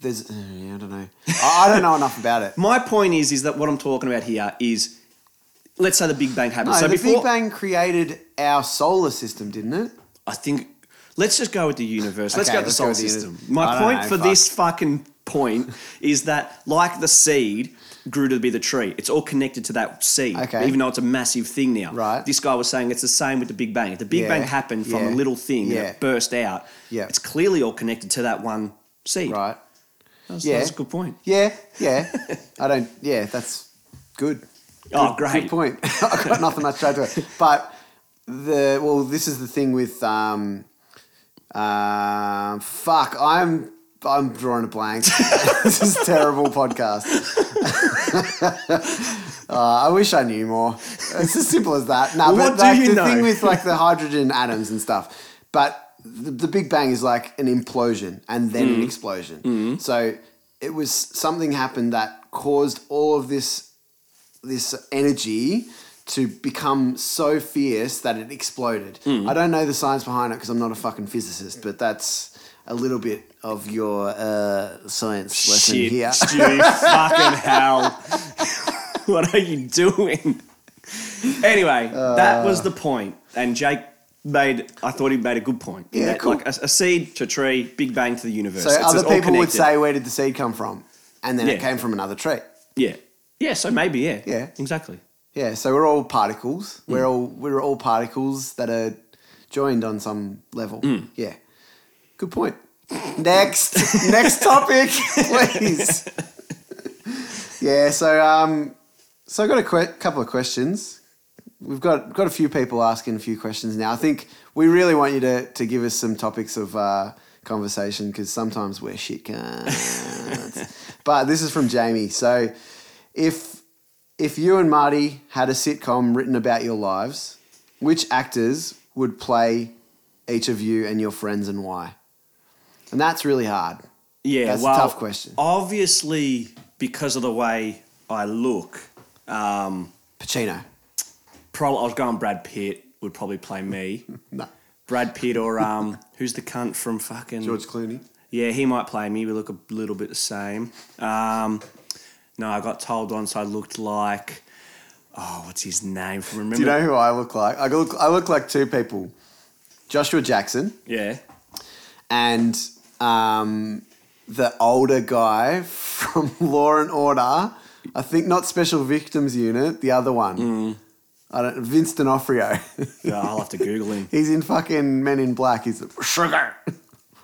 [SPEAKER 2] there's yeah, I don't know. I, I don't know enough about it.
[SPEAKER 1] My point is is that what I'm talking about here is let's say the big bang happened.
[SPEAKER 2] No,
[SPEAKER 1] so
[SPEAKER 2] the
[SPEAKER 1] before
[SPEAKER 2] Big Bang created our solar system, didn't it?
[SPEAKER 1] I think let's just go with the universe. Let's
[SPEAKER 2] Okay,
[SPEAKER 1] go with the solar
[SPEAKER 2] let's go with the
[SPEAKER 1] system.
[SPEAKER 2] universe. I
[SPEAKER 1] My
[SPEAKER 2] don't
[SPEAKER 1] point
[SPEAKER 2] know,
[SPEAKER 1] for
[SPEAKER 2] fuck.
[SPEAKER 1] this fucking point is that like the seed grew to be the tree. It's all connected to that seed.
[SPEAKER 2] Okay.
[SPEAKER 1] Even though it's a massive thing now.
[SPEAKER 2] Right.
[SPEAKER 1] This guy was saying it's the same with the Big Bang. If the Big
[SPEAKER 2] Yeah,
[SPEAKER 1] Bang happened from
[SPEAKER 2] yeah,
[SPEAKER 1] a little thing
[SPEAKER 2] yeah.
[SPEAKER 1] that burst out,
[SPEAKER 2] Yeah.
[SPEAKER 1] it's clearly all connected to that one seed.
[SPEAKER 2] Right.
[SPEAKER 1] That's,
[SPEAKER 2] yeah.
[SPEAKER 1] that's a good point.
[SPEAKER 2] Yeah, yeah. I don't. Yeah, that's good.
[SPEAKER 1] Oh,
[SPEAKER 2] Good-
[SPEAKER 1] great.
[SPEAKER 2] Good point. I've got nothing much to add to it. But the well, this is the thing with um, um, fuck. I'm I'm drawing a blank. this is terrible podcast. uh, I wish I knew more. It's as simple as that. No,
[SPEAKER 1] Well, what
[SPEAKER 2] but
[SPEAKER 1] do
[SPEAKER 2] like
[SPEAKER 1] you
[SPEAKER 2] the
[SPEAKER 1] know?
[SPEAKER 2] thing with like the hydrogen atoms and stuff, but. The, the Big Bang is like an implosion and then
[SPEAKER 1] Mm.
[SPEAKER 2] an explosion. So it was something happened that caused all of this this energy to become so fierce that it exploded.
[SPEAKER 1] Hmm.
[SPEAKER 2] I don't know the science behind it because I'm not a fucking physicist, but that's a little bit of your uh, science lesson
[SPEAKER 1] Shit,
[SPEAKER 2] here.
[SPEAKER 1] Stu, fucking hell. what are you doing? Anyway, that was the point, and Jake made. I thought he made a good point.
[SPEAKER 2] Yeah,
[SPEAKER 1] That,
[SPEAKER 2] cool.
[SPEAKER 1] Like a, a seed to tree, big bang to the universe.
[SPEAKER 2] So
[SPEAKER 1] It's-
[SPEAKER 2] other
[SPEAKER 1] it's all
[SPEAKER 2] people would
[SPEAKER 1] connected.
[SPEAKER 2] say, "Where did the seed come from?" And then
[SPEAKER 1] Yeah.
[SPEAKER 2] it came from another tree.
[SPEAKER 1] yeah, yeah. So maybe, yeah,
[SPEAKER 2] Yeah.
[SPEAKER 1] exactly.
[SPEAKER 2] Yeah, so we're all particles.
[SPEAKER 1] Hmm.
[SPEAKER 2] We're all we're all particles that are joined on some level.
[SPEAKER 1] Hmm.
[SPEAKER 2] Yeah. Good point. Next, next topic, please. yeah, so um, so I got a que- couple of questions. We've got got a few people asking a few questions now. I think we really want you to to give us some topics of uh, conversation because sometimes we're shit cunts. but this is from Jamie. So if if you and Marty had a sitcom written about your lives, which actors would play each of you and your friends and why? And that's really hard.
[SPEAKER 1] Yeah,
[SPEAKER 2] That's a
[SPEAKER 1] well,
[SPEAKER 2] tough question.
[SPEAKER 1] Obviously, because of the way I look, um,
[SPEAKER 2] Pacino.
[SPEAKER 1] probably I was going Brad Pitt would probably play me.
[SPEAKER 2] No.
[SPEAKER 1] Brad Pitt or um, who's the cunt from fucking
[SPEAKER 2] Clooney.
[SPEAKER 1] Yeah, he might play me. We look a little bit the same. Um, no, I got told once I looked like. Oh, what's his name from? Remember?
[SPEAKER 2] Do you know who I look like? I look I look like two people. Joshua Jackson
[SPEAKER 1] Yeah.
[SPEAKER 2] and um, the older guy from Law and Order. I think not Special Victims Unit, the other one.
[SPEAKER 1] Mm.
[SPEAKER 2] I don't Vince D'Onofrio.
[SPEAKER 1] yeah. I'll have to Google him.
[SPEAKER 2] He's in fucking Men in Black. He's sugar,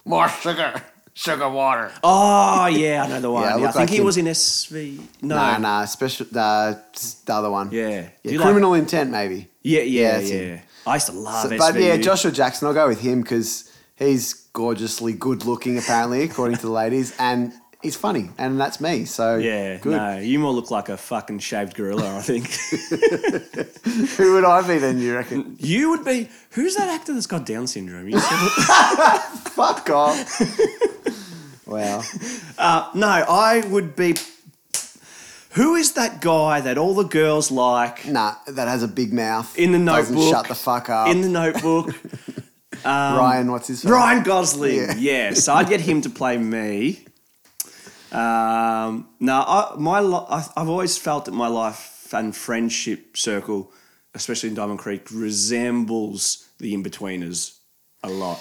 [SPEAKER 2] more sugar, sugar water.
[SPEAKER 1] Oh, yeah, I know the one.
[SPEAKER 2] I
[SPEAKER 1] Yeah, I,
[SPEAKER 2] look
[SPEAKER 1] think
[SPEAKER 2] like
[SPEAKER 1] he
[SPEAKER 2] him.
[SPEAKER 1] was in SV. No.
[SPEAKER 2] Nah, nah, special. Nah, just the other one.
[SPEAKER 1] Yeah. Do
[SPEAKER 2] yeah
[SPEAKER 1] you like-
[SPEAKER 2] criminal intent, maybe.
[SPEAKER 1] Yeah, yeah,
[SPEAKER 2] Yeah,
[SPEAKER 1] yeah.
[SPEAKER 2] it's him.
[SPEAKER 1] I used to love
[SPEAKER 2] So-
[SPEAKER 1] SV.
[SPEAKER 2] but yeah, Joshua Jackson. I'll go with him because he's gorgeously good looking, apparently, according to the ladies, and he's funny, and that's me. So
[SPEAKER 1] Yeah,
[SPEAKER 2] good.
[SPEAKER 1] no, you more look like a fucking shaved gorilla, I think.
[SPEAKER 2] Who would I be then? You reckon?
[SPEAKER 1] you would be. Who's that actor that's got Down syndrome? You said-
[SPEAKER 2] Fuck off. wow.
[SPEAKER 1] No, I would be. Who is that guy that all the girls like
[SPEAKER 2] Nah, that has a big mouth.
[SPEAKER 1] in the
[SPEAKER 2] Doesn't
[SPEAKER 1] notebook?
[SPEAKER 2] Shut the fuck up.
[SPEAKER 1] In the notebook,
[SPEAKER 2] Ryan, what's his?
[SPEAKER 1] Ryan Gosling. Yeah.
[SPEAKER 2] Yeah.
[SPEAKER 1] so I'd get him to play me. Um, no, I, my li- I, I've always felt that my life and friendship circle, especially in Diamond Creek, resembles the In Betweeners a lot.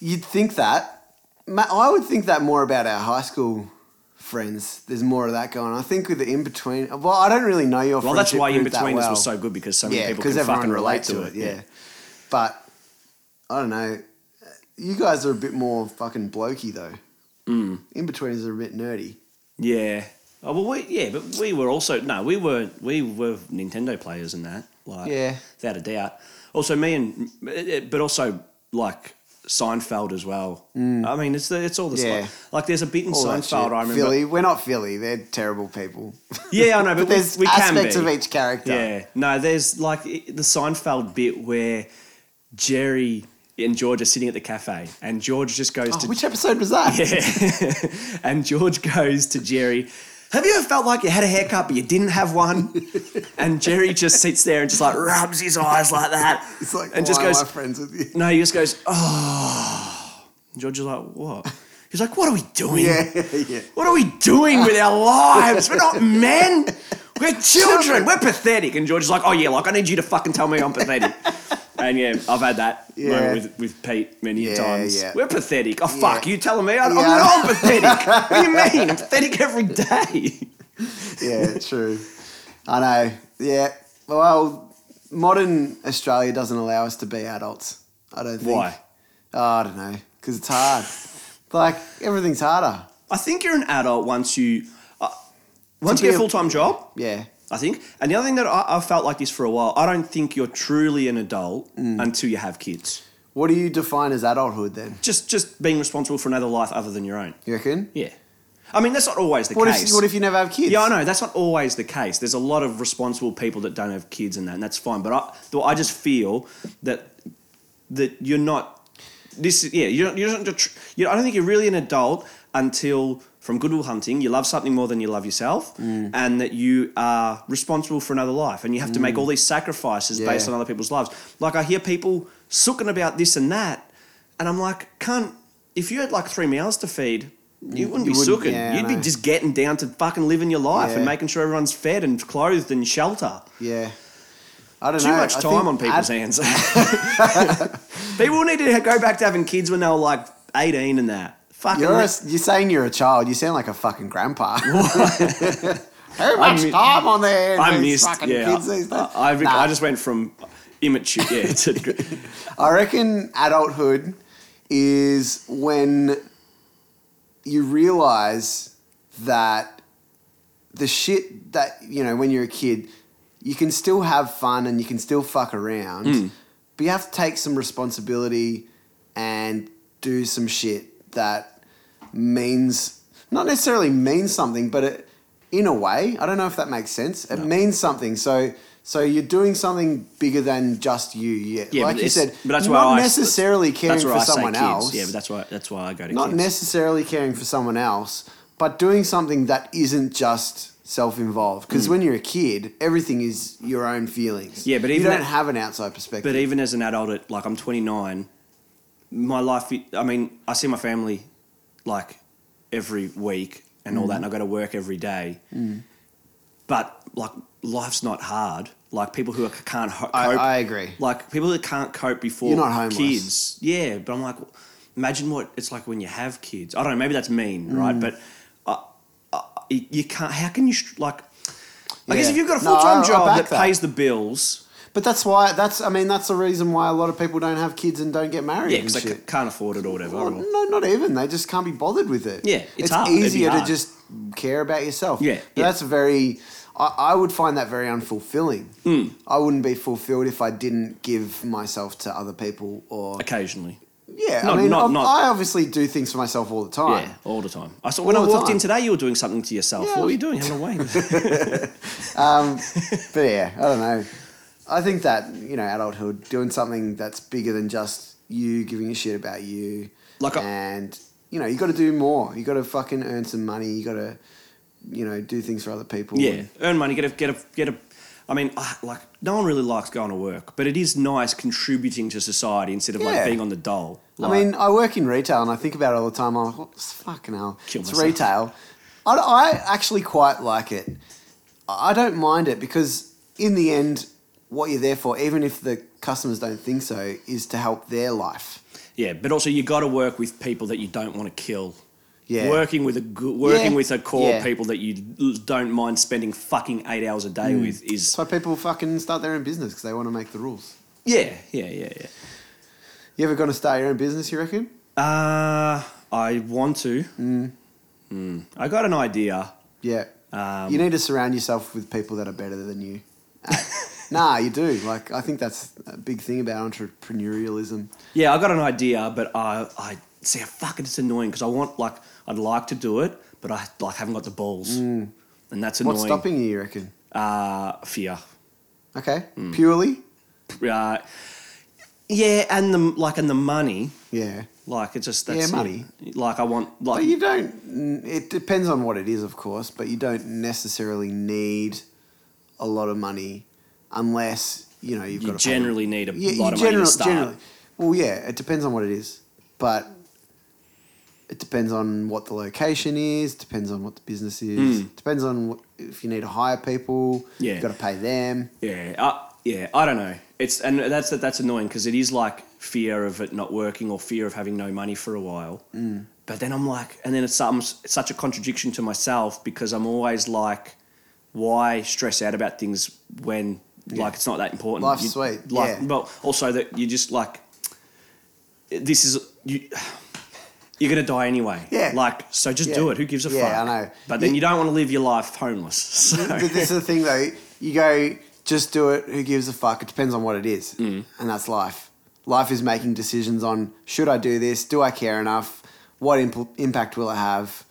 [SPEAKER 2] You'd think that. Ma- I would think that more about our high school friends. There's more of that going. on. I think with the in between. Well, I don't really know your.
[SPEAKER 1] Well, that's
[SPEAKER 2] friendship
[SPEAKER 1] why In
[SPEAKER 2] group that
[SPEAKER 1] Betweeners
[SPEAKER 2] well.
[SPEAKER 1] was so good because so many
[SPEAKER 2] Yeah,
[SPEAKER 1] people
[SPEAKER 2] because
[SPEAKER 1] can
[SPEAKER 2] everyone
[SPEAKER 1] fucking
[SPEAKER 2] relates to it. Yeah. but I don't know. You guys are a bit more fucking blokey though. Mm. In betweeners are a bit nerdy.
[SPEAKER 1] Yeah. Oh, well, we, yeah, but we were also no, we were we were Nintendo players and that, like,
[SPEAKER 2] Yeah.
[SPEAKER 1] without a doubt. Also, me and eh, but also like Seinfeld as well. I mean, it's the, it's all the
[SPEAKER 2] Mm. Yeah.
[SPEAKER 1] like, like there's a bit in
[SPEAKER 2] All that
[SPEAKER 1] Seinfeld
[SPEAKER 2] shit.
[SPEAKER 1] I remember.
[SPEAKER 2] Philly, we're not Philly. They're terrible people.
[SPEAKER 1] Yeah, I know, but,
[SPEAKER 2] But there's
[SPEAKER 1] we, we can
[SPEAKER 2] aspects
[SPEAKER 1] be.
[SPEAKER 2] of each character.
[SPEAKER 1] Yeah, no, there's like i- the Seinfeld bit where Jerry and George are sitting at the cafe, and George just goes
[SPEAKER 2] Oh,
[SPEAKER 1] to
[SPEAKER 2] which episode was that?
[SPEAKER 1] Yeah. and George goes to Jerry. Have you ever felt like you had a haircut but you didn't have one? and Jerry just sits there and just like rubs his eyes like that.
[SPEAKER 2] It's like
[SPEAKER 1] and just
[SPEAKER 2] why am
[SPEAKER 1] goes,
[SPEAKER 2] I friends with you?
[SPEAKER 1] no, he just goes, oh. George is like, what? He's like, what are we doing?
[SPEAKER 2] Yeah, yeah.
[SPEAKER 1] What are we doing with our lives? We're not men. We're children. We're pathetic. And George is like, oh yeah, like I need you to fucking tell me I'm pathetic. And yeah, I've had that
[SPEAKER 2] Yeah.
[SPEAKER 1] moment with, with Pete many a
[SPEAKER 2] Yeah,
[SPEAKER 1] times.
[SPEAKER 2] yeah.
[SPEAKER 1] We're pathetic. Oh fuck,
[SPEAKER 2] Yeah.
[SPEAKER 1] you telling me I, I'm
[SPEAKER 2] Yeah.
[SPEAKER 1] not pathetic? what do you mean? I'm pathetic every day.
[SPEAKER 2] yeah, true. I know. Yeah. Well, modern Australia doesn't allow us to be adults. I don't think.
[SPEAKER 1] Why?
[SPEAKER 2] Oh, I don't know. Because it's hard. like everything's harder.
[SPEAKER 1] I think you're an adult once you uh, once
[SPEAKER 2] To
[SPEAKER 1] you
[SPEAKER 2] be
[SPEAKER 1] get a
[SPEAKER 2] a-
[SPEAKER 1] full time job.
[SPEAKER 2] Yeah.
[SPEAKER 1] I think. And the other thing that I, I've felt like this for a while, I don't think you're truly an adult
[SPEAKER 2] Mm.
[SPEAKER 1] until you have kids.
[SPEAKER 2] What do you define as adulthood then?
[SPEAKER 1] Just just being responsible for another life other than your own.
[SPEAKER 2] You reckon?
[SPEAKER 1] Yeah. I mean, that's not always the
[SPEAKER 2] What
[SPEAKER 1] case.
[SPEAKER 2] if, what if you never have kids?
[SPEAKER 1] yeah, I know. That's not always the case. There's a lot of responsible people that don't have kids and that, and that's fine. But I, though I just feel that that you're not. This is yeah. You're not. You're not tr- you I don't think you're really an adult until from Goodwill Hunting, you love something more than you love yourself,
[SPEAKER 2] Mm.
[SPEAKER 1] and that you are responsible for another life, and you have to make all these sacrifices based
[SPEAKER 2] Mm. Yeah.
[SPEAKER 1] on other people's lives. Like I hear people sooking about this and that, and I'm like, cunt, if you had like three mouths to feed. You wouldn't
[SPEAKER 2] you
[SPEAKER 1] be
[SPEAKER 2] wouldn't-
[SPEAKER 1] sooking.
[SPEAKER 2] yeah, I
[SPEAKER 1] You'd be
[SPEAKER 2] know.
[SPEAKER 1] just getting down to fucking living your life and
[SPEAKER 2] Yeah.
[SPEAKER 1] making sure everyone's fed and clothed and shelter.
[SPEAKER 2] Yeah. I don't
[SPEAKER 1] Too
[SPEAKER 2] know.
[SPEAKER 1] much
[SPEAKER 2] I
[SPEAKER 1] time
[SPEAKER 2] think
[SPEAKER 1] on people's
[SPEAKER 2] ad-
[SPEAKER 1] hands. People need to go back to having kids when they were like 18 and that. Fucking
[SPEAKER 2] You're, a,
[SPEAKER 1] let-
[SPEAKER 2] s- you're saying you're a child. You sound like a fucking grandpa. How much
[SPEAKER 1] mi-
[SPEAKER 2] time on their hands?
[SPEAKER 1] I
[SPEAKER 2] these
[SPEAKER 1] missed.
[SPEAKER 2] fucking
[SPEAKER 1] Yeah,
[SPEAKER 2] kids these days.
[SPEAKER 1] I, I, I
[SPEAKER 2] Nah.
[SPEAKER 1] just went from immature. Yeah, to,
[SPEAKER 2] I reckon adulthood is when you realize that the shit that, you know, when you're a kid, you can still have fun and you can still fuck around,
[SPEAKER 1] Hmm.
[SPEAKER 2] but you have to take some responsibility and do some shit that means, not necessarily means something, but it, in a way, I don't know if that makes sense. It means something. So, so you're doing something bigger than just you. Yeah,
[SPEAKER 1] yeah,
[SPEAKER 2] like
[SPEAKER 1] but
[SPEAKER 2] you
[SPEAKER 1] it's-
[SPEAKER 2] said,
[SPEAKER 1] but that's
[SPEAKER 2] not
[SPEAKER 1] why I-
[SPEAKER 2] necessarily caring
[SPEAKER 1] that's why
[SPEAKER 2] for
[SPEAKER 1] I say
[SPEAKER 2] someone
[SPEAKER 1] kids.
[SPEAKER 2] else.
[SPEAKER 1] Yeah, but that's why that's why I go to
[SPEAKER 2] not
[SPEAKER 1] kids.
[SPEAKER 2] necessarily caring for someone else, but doing something that isn't just self-involved. Because when you're a kid, everything is your own feelings.
[SPEAKER 1] Mm. Yeah, but
[SPEAKER 2] you
[SPEAKER 1] even
[SPEAKER 2] don't
[SPEAKER 1] that-
[SPEAKER 2] have an outside perspective.
[SPEAKER 1] But e- even as an adult, at like I'm 29, my life. I mean, I see my family like every week and
[SPEAKER 2] Mm.
[SPEAKER 1] all that, and I go to work every day. But like, life's not hard. Like people who are, can't ho- cope.
[SPEAKER 2] I- I agree.
[SPEAKER 1] Like people that can't cope before
[SPEAKER 2] You're not homeless.
[SPEAKER 1] kids. Yeah, but I'm like, imagine what it's like when you have kids. I don't know. Maybe that's mean,
[SPEAKER 2] Mm.
[SPEAKER 1] right? But I, I, you can't. How can you str- like? I guess
[SPEAKER 2] Yeah.
[SPEAKER 1] if you've got a
[SPEAKER 2] No,
[SPEAKER 1] full time
[SPEAKER 2] I- I
[SPEAKER 1] job
[SPEAKER 2] back
[SPEAKER 1] that
[SPEAKER 2] that.
[SPEAKER 1] pays the bills,
[SPEAKER 2] But that's why. That's I mean that's the reason why a lot of people don't have kids and don't get married.
[SPEAKER 1] Yeah,
[SPEAKER 2] and
[SPEAKER 1] because I c-
[SPEAKER 2] shit.
[SPEAKER 1] can't afford it or whatever.
[SPEAKER 2] Well,
[SPEAKER 1] or-
[SPEAKER 2] no, not even. They just can't be bothered with it.
[SPEAKER 1] Yeah, it's hard. It'd be
[SPEAKER 2] easier to
[SPEAKER 1] hard.
[SPEAKER 2] just care about yourself.
[SPEAKER 1] Yeah,
[SPEAKER 2] But
[SPEAKER 1] yeah.
[SPEAKER 2] that's very. I, I would find that very unfulfilling.
[SPEAKER 1] Mm.
[SPEAKER 2] I wouldn't be fulfilled if I didn't give myself to other people or.
[SPEAKER 1] Occasionally.
[SPEAKER 2] Yeah,
[SPEAKER 1] Not-
[SPEAKER 2] I mean,
[SPEAKER 1] not-
[SPEAKER 2] I'm-
[SPEAKER 1] not-
[SPEAKER 2] I obviously do things for myself all the time.
[SPEAKER 1] Yeah, all the time. I saw when
[SPEAKER 2] All
[SPEAKER 1] I
[SPEAKER 2] the
[SPEAKER 1] walked in
[SPEAKER 2] time.
[SPEAKER 1] today, you were doing something to yourself.
[SPEAKER 2] Yeah,
[SPEAKER 1] what
[SPEAKER 2] I
[SPEAKER 1] were
[SPEAKER 2] was-
[SPEAKER 1] you doing? Having a wank.
[SPEAKER 2] But yeah, I don't know. I think that you know, adulthood, doing something that's bigger than just you giving a shit about you.
[SPEAKER 1] Like I-
[SPEAKER 2] and you know, you got to do more. You got to fucking earn some money. You got to, you know, do things for other people.
[SPEAKER 1] yeah, earn money, get a get a get a. I mean, I, like no one really likes going to work, but it is nice contributing to society instead of like
[SPEAKER 2] Yeah.
[SPEAKER 1] being on the dole.
[SPEAKER 2] I
[SPEAKER 1] Like,
[SPEAKER 2] mean, I work in retail and I think about it all the time. I'm like, "Oh, it's fucking hell.
[SPEAKER 1] Kill
[SPEAKER 2] it's
[SPEAKER 1] myself.
[SPEAKER 2] retail. I, I actually quite like it. I I don't mind it because, in the end, what you're there for, even if the customers don't think so, is to help their life.
[SPEAKER 1] yeah, but also you got to work with people that you don't want to kill.
[SPEAKER 2] Yeah.
[SPEAKER 1] Working with a good, working
[SPEAKER 2] Yeah.
[SPEAKER 1] with a core
[SPEAKER 2] Yeah.
[SPEAKER 1] people that you don't mind spending fucking eight hours a day with is
[SPEAKER 2] That's why people fucking start their own business because they want to make the rules.
[SPEAKER 1] yeah, yeah, yeah, yeah.
[SPEAKER 2] You ever going to start your own business, you reckon?
[SPEAKER 1] Uh, I want to.
[SPEAKER 2] Mm.
[SPEAKER 1] Hmm. I got an idea.
[SPEAKER 2] Yeah.
[SPEAKER 1] Um,
[SPEAKER 2] you need to surround yourself with people that are better than you. nah, you do. Like, I think that's a big thing about entrepreneurialism.
[SPEAKER 1] Yeah, I got an idea, but I, I see, I fucking it's annoying because I want like I'd like to do it, but I like haven't got the balls, and that's annoying.
[SPEAKER 2] Mm. What's stopping you, you reckon?
[SPEAKER 1] Uh, fear.
[SPEAKER 2] Okay. Purely?
[SPEAKER 1] Uh, yeah, and the like, and the money.
[SPEAKER 2] Yeah.
[SPEAKER 1] Like it's just
[SPEAKER 2] Yeah,
[SPEAKER 1] that's it.
[SPEAKER 2] money.
[SPEAKER 1] Like I want like
[SPEAKER 2] But you don't, it depends on what it is, of course, but you don't necessarily need a lot of money unless, you know, you've
[SPEAKER 1] you
[SPEAKER 2] got a
[SPEAKER 1] generally need a
[SPEAKER 2] Yeah, you
[SPEAKER 1] lot of money
[SPEAKER 2] general-
[SPEAKER 1] to start.
[SPEAKER 2] generally- Well, yeah, it depends on what it is, but it depends on what the location is, depends on what the business is, depends on what, if you need to hire people,
[SPEAKER 1] Hmm. Yeah.
[SPEAKER 2] you've got to pay them.
[SPEAKER 1] Yeah, uh, yeah. I don't know. It's and that's that's annoying because it is like fear of it not working or fear of having no money for a while. Mm. But then I'm like, and then it's, some, it's such a contradiction to myself because I'm always like, why stress out about things when like it's not that important.
[SPEAKER 2] Life's
[SPEAKER 1] You-
[SPEAKER 2] sweet,
[SPEAKER 1] Like,
[SPEAKER 2] yeah.
[SPEAKER 1] well, also that you just like, this is you. You're gonna die anyway.
[SPEAKER 2] Yeah.
[SPEAKER 1] Like, so just do
[SPEAKER 2] Yeah.
[SPEAKER 1] it. Who gives a
[SPEAKER 2] Yeah,
[SPEAKER 1] fuck?
[SPEAKER 2] I know.
[SPEAKER 1] But then
[SPEAKER 2] You-
[SPEAKER 1] you don't want to live your life homeless. So.
[SPEAKER 2] But this is the thing though, you go, just do it, who gives a fuck? It depends on what it is,
[SPEAKER 1] Mm.
[SPEAKER 2] and that's life. Life is making decisions on should I do this? Do I care enough? What imp- impact will it have?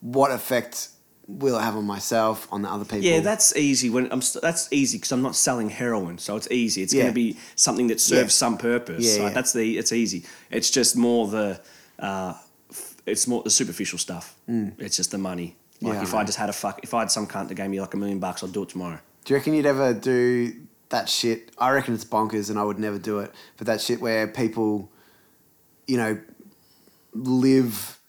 [SPEAKER 2] What effect will it have on myself, on the other people?
[SPEAKER 1] Yeah, that's easy. When I'm st- that's easy because I'm not selling heroin, so it's easy. It's going
[SPEAKER 2] Yeah.
[SPEAKER 1] to be something that serves
[SPEAKER 2] Yeah.
[SPEAKER 1] some purpose.
[SPEAKER 2] Yeah,
[SPEAKER 1] right?
[SPEAKER 2] yeah.
[SPEAKER 1] That's the it's easy. It's just more the uh, f- it's more the superficial stuff. It's just the money. Like
[SPEAKER 2] Mm. Yeah, I
[SPEAKER 1] if I just had a fuck, if I had some cunt that gave me like a million bucks, I'd do it tomorrow.
[SPEAKER 2] Do you reckon you'd ever do that shit? I reckon it's bonkers and I would never do it. But that shit where people, you know, live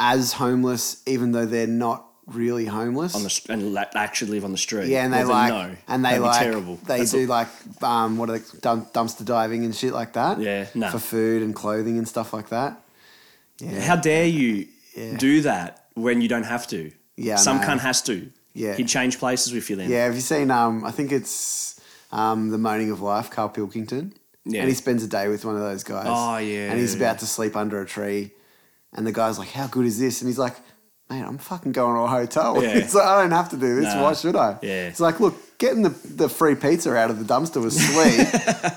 [SPEAKER 2] as homeless even though they're not really homeless.
[SPEAKER 1] on the st- and la- actually live on the street.
[SPEAKER 2] yeah, and they
[SPEAKER 1] Well, then
[SPEAKER 2] like,
[SPEAKER 1] no.
[SPEAKER 2] and they
[SPEAKER 1] That'd be
[SPEAKER 2] like,
[SPEAKER 1] terrible.
[SPEAKER 2] they
[SPEAKER 1] That's a-
[SPEAKER 2] do like, um, what are they, dum- dumpster diving and shit like that.
[SPEAKER 1] Yeah, nah.
[SPEAKER 2] for food and clothing and stuff like that.
[SPEAKER 1] How dare you
[SPEAKER 2] Yeah.
[SPEAKER 1] do that when you don't have to?
[SPEAKER 2] Yeah, I
[SPEAKER 1] some
[SPEAKER 2] know.
[SPEAKER 1] cunt has to.
[SPEAKER 2] Yeah.
[SPEAKER 1] he'd change places with you then.
[SPEAKER 2] Yeah, have you seen? Um, I think it's um, the Moaning of Life, Carl Pilkington.
[SPEAKER 1] Yeah.
[SPEAKER 2] And he spends a day with one of those guys.
[SPEAKER 1] Oh, yeah.
[SPEAKER 2] And he's about to sleep under a tree, and the guy's like, "How good is this?" And he's like, "Mate, I'm fucking going to a hotel.
[SPEAKER 1] Yeah.
[SPEAKER 2] it's like, I don't have to do this.
[SPEAKER 1] Nah.
[SPEAKER 2] Why should I?"
[SPEAKER 1] Yeah.
[SPEAKER 2] It's like, look, getting the, the free pizza out of the dumpster was sweet.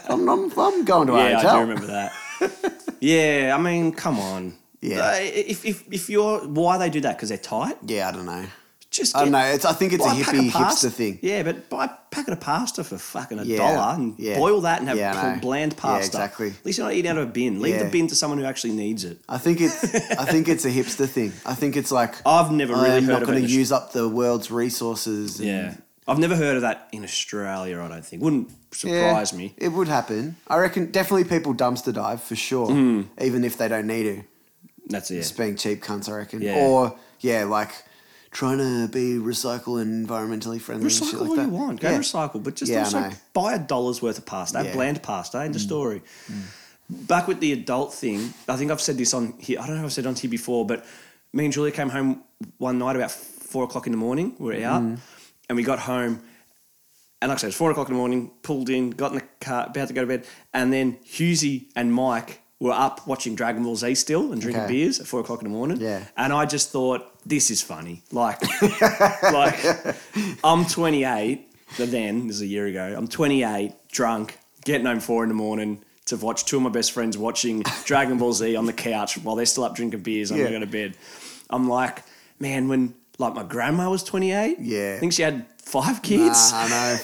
[SPEAKER 2] I'm, I'm, I'm going to a
[SPEAKER 1] yeah,
[SPEAKER 2] hotel.
[SPEAKER 1] I do remember that. yeah, I mean, come on.
[SPEAKER 2] Yeah.
[SPEAKER 1] Uh, if if if you're why they do that because they're tight.
[SPEAKER 2] Yeah, I don't know.
[SPEAKER 1] Just
[SPEAKER 2] I don't
[SPEAKER 1] get-
[SPEAKER 2] know. It's I think it's a
[SPEAKER 1] buy packet of
[SPEAKER 2] hippie
[SPEAKER 1] pasta.
[SPEAKER 2] hipster thing.
[SPEAKER 1] Yeah, but buy a packet of pasta for fucking a
[SPEAKER 2] Yeah,
[SPEAKER 1] dollar and
[SPEAKER 2] yeah.
[SPEAKER 1] boil that and have
[SPEAKER 2] Yeah, I
[SPEAKER 1] pl-
[SPEAKER 2] know.
[SPEAKER 1] bland
[SPEAKER 2] Yeah,
[SPEAKER 1] pasta.
[SPEAKER 2] exactly.
[SPEAKER 1] At least you're not eating out of a bin. Leave
[SPEAKER 2] Yeah.
[SPEAKER 1] the bin to someone who actually needs it.
[SPEAKER 2] I think it's I think it's a hipster thing. I think it's like
[SPEAKER 1] I've never really
[SPEAKER 2] I'm
[SPEAKER 1] heard
[SPEAKER 2] not
[SPEAKER 1] of
[SPEAKER 2] going
[SPEAKER 1] it.
[SPEAKER 2] to use up the world's resources. and-
[SPEAKER 1] Yeah. I've never heard of that in Australia, I don't think. Wouldn't surprise
[SPEAKER 2] Yeah,
[SPEAKER 1] me.
[SPEAKER 2] It would happen. I reckon definitely people dumpster dive for sure,
[SPEAKER 1] Hmm.
[SPEAKER 2] even if they don't need to.
[SPEAKER 1] That's it.
[SPEAKER 2] Just being cheap cunts, I reckon.
[SPEAKER 1] Yeah.
[SPEAKER 2] Or yeah, like trying to be recycle and environmentally friendly. and shit
[SPEAKER 1] Recycle
[SPEAKER 2] like
[SPEAKER 1] all
[SPEAKER 2] that.
[SPEAKER 1] you want. Go
[SPEAKER 2] yeah.
[SPEAKER 1] recycle. But just
[SPEAKER 2] Yeah, I
[SPEAKER 1] also
[SPEAKER 2] know.
[SPEAKER 1] buy a dollar's worth of pasta. Have
[SPEAKER 2] Yeah. Mm.
[SPEAKER 1] Bland pasta. End of story. Back with the adult thing, I think I've said this on here. I don't know if I've said it on here before, but me and Julia came home one night about four o'clock in the morning. We are out
[SPEAKER 2] Mm.
[SPEAKER 1] and we got home. And like I said, it's four o'clock in the morning, pulled in, got in the car, about to go to bed. And then Husey and Mike were up watching Dragon Ball Z still and drinking
[SPEAKER 2] Okay.
[SPEAKER 1] beers at four o'clock in the morning.
[SPEAKER 2] Yeah.
[SPEAKER 1] And I just thought, this is funny. Like, like I'm 28. but Then this is a year ago. I'm 28, drunk, getting home four in the morning to watch two of my best friends watching Dragon Ball Z on the couch while they're still up drinking beers. I'm
[SPEAKER 2] Yeah.
[SPEAKER 1] going to go to bed. I'm like, man, when like my grandma was 28,
[SPEAKER 2] Yeah.
[SPEAKER 1] I think she had five
[SPEAKER 2] Nah,
[SPEAKER 1] kids.
[SPEAKER 2] no,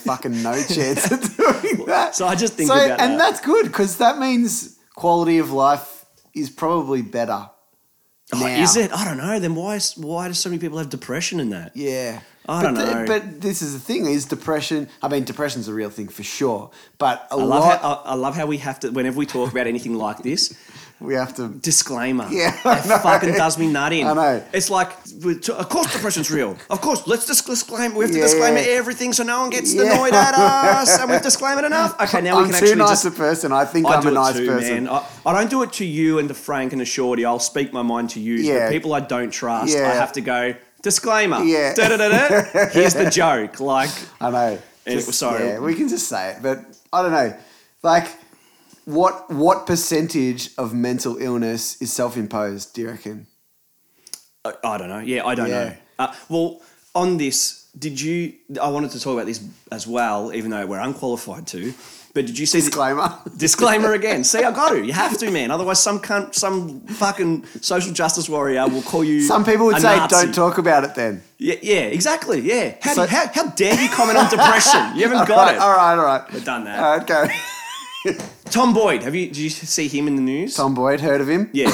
[SPEAKER 2] fucking no chance of doing that.
[SPEAKER 1] So I just think
[SPEAKER 2] So,
[SPEAKER 1] about
[SPEAKER 2] and
[SPEAKER 1] that.
[SPEAKER 2] that's good because that means quality of life is probably better.
[SPEAKER 1] Oh,
[SPEAKER 2] now.
[SPEAKER 1] is it? I don't know. Then why is, why do so many people have depression in that?
[SPEAKER 2] Yeah.
[SPEAKER 1] I
[SPEAKER 2] but
[SPEAKER 1] don't know.
[SPEAKER 2] but this is the thing: is depression. I mean, depression's a real thing for sure. But
[SPEAKER 1] I
[SPEAKER 2] a lot
[SPEAKER 1] love, how, I, I love how we have to, whenever we talk about anything like this,
[SPEAKER 2] we have to.
[SPEAKER 1] disclaimer.
[SPEAKER 2] Yeah, I
[SPEAKER 1] It
[SPEAKER 2] know.
[SPEAKER 1] fucking does me nut in.
[SPEAKER 2] I know.
[SPEAKER 1] It's like, we- to- of course, depression's real. Of course, let's dis- disclaim. We have to
[SPEAKER 2] Yeah,
[SPEAKER 1] disclaim
[SPEAKER 2] yeah.
[SPEAKER 1] everything so no one gets
[SPEAKER 2] Yeah.
[SPEAKER 1] annoyed at us, and we've disclaimed it enough. Okay, now we
[SPEAKER 2] I'm
[SPEAKER 1] can
[SPEAKER 2] too
[SPEAKER 1] actually
[SPEAKER 2] nice
[SPEAKER 1] just.
[SPEAKER 2] a person. I think
[SPEAKER 1] I
[SPEAKER 2] I'm
[SPEAKER 1] do
[SPEAKER 2] a
[SPEAKER 1] it
[SPEAKER 2] nice
[SPEAKER 1] too,
[SPEAKER 2] person.
[SPEAKER 1] man. I, I don't do it to you and to Frank and to Shorty. I'll speak my mind to you.
[SPEAKER 2] Yeah.
[SPEAKER 1] The people I don't trust,
[SPEAKER 2] Yeah.
[SPEAKER 1] I have to go. Disclaimer.
[SPEAKER 2] Yeah.
[SPEAKER 1] Da-da-da-da. Here's the joke. Like,
[SPEAKER 2] I know.
[SPEAKER 1] And- sorry.
[SPEAKER 2] Yeah, we can just say it, but I don't know. Like, what what percentage of mental illness is self imposed? Do you reckon?
[SPEAKER 1] I, I don't know. Yeah, I don't
[SPEAKER 2] Yeah.
[SPEAKER 1] know. Uh, well, on this, did you? I wanted to talk about this as well, even though we're unqualified to. But did you see? the-
[SPEAKER 2] Disclaimer.
[SPEAKER 1] Disclaimer again. See, I got to. You have to, man. Otherwise, some cunt, some fucking social justice warrior will call you.
[SPEAKER 2] Some people would
[SPEAKER 1] a
[SPEAKER 2] say,
[SPEAKER 1] Nazi.
[SPEAKER 2] "Don't talk about it." Then
[SPEAKER 1] Yeah, yeah, exactly. Yeah. How,
[SPEAKER 2] So-
[SPEAKER 1] do, how, how dare you comment on depression? You haven't
[SPEAKER 2] all
[SPEAKER 1] got
[SPEAKER 2] right,
[SPEAKER 1] it.
[SPEAKER 2] all right, all right.
[SPEAKER 1] We've done that.
[SPEAKER 2] All right, go.
[SPEAKER 1] Tom Boyd. Have you? Did you see him in the news?
[SPEAKER 2] Tom Boyd, heard of him?
[SPEAKER 1] Yeah,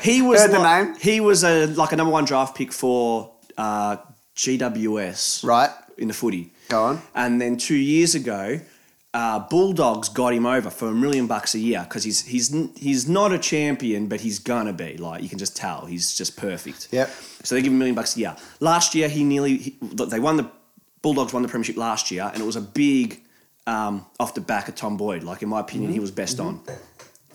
[SPEAKER 1] he he was
[SPEAKER 2] Heard the
[SPEAKER 1] like-
[SPEAKER 2] name.
[SPEAKER 1] he was a like a number one draft pick for uh, GWS
[SPEAKER 2] Right.
[SPEAKER 1] in the footy.
[SPEAKER 2] Go on.
[SPEAKER 1] And then two years ago, uh, Bulldogs got him over for a million bucks a year because he's he's n- he's not a champion, but he's gonna be. Like you can just tell, he's just perfect.
[SPEAKER 2] Yep.
[SPEAKER 1] So they give him a million bucks a year. Last year, he nearly he, look, they won the Bulldogs won the premiership last year, and it was a big um, off the back of Tom Boyd. Like in my opinion, he was
[SPEAKER 2] Mm-hmm.
[SPEAKER 1] best on.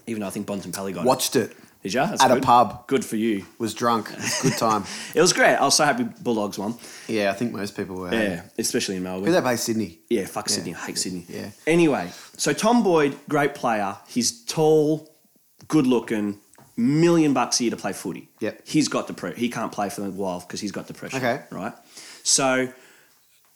[SPEAKER 1] Even though I think Bontempelli got it.
[SPEAKER 2] Watched it.
[SPEAKER 1] Did you? That's
[SPEAKER 2] At a
[SPEAKER 1] good.
[SPEAKER 2] pub.
[SPEAKER 1] Good for you.
[SPEAKER 2] Was drunk. It was a good time.
[SPEAKER 1] It was great. I was so happy Bulldogs won.
[SPEAKER 2] yeah, I think most people were.
[SPEAKER 1] Yeah, especially in Melbourne.
[SPEAKER 2] Who they play Sydney?
[SPEAKER 1] Yeah, fuck Sydney. I hate Sydney.
[SPEAKER 2] Yeah.
[SPEAKER 1] Anyway, so Tom Boyd, great player. He's tall, good looking, million bucks a year to play footy.
[SPEAKER 2] Yep.
[SPEAKER 1] He's got depression. He can't play for the Wild because he's got depression.
[SPEAKER 2] Okay.
[SPEAKER 1] Right. So,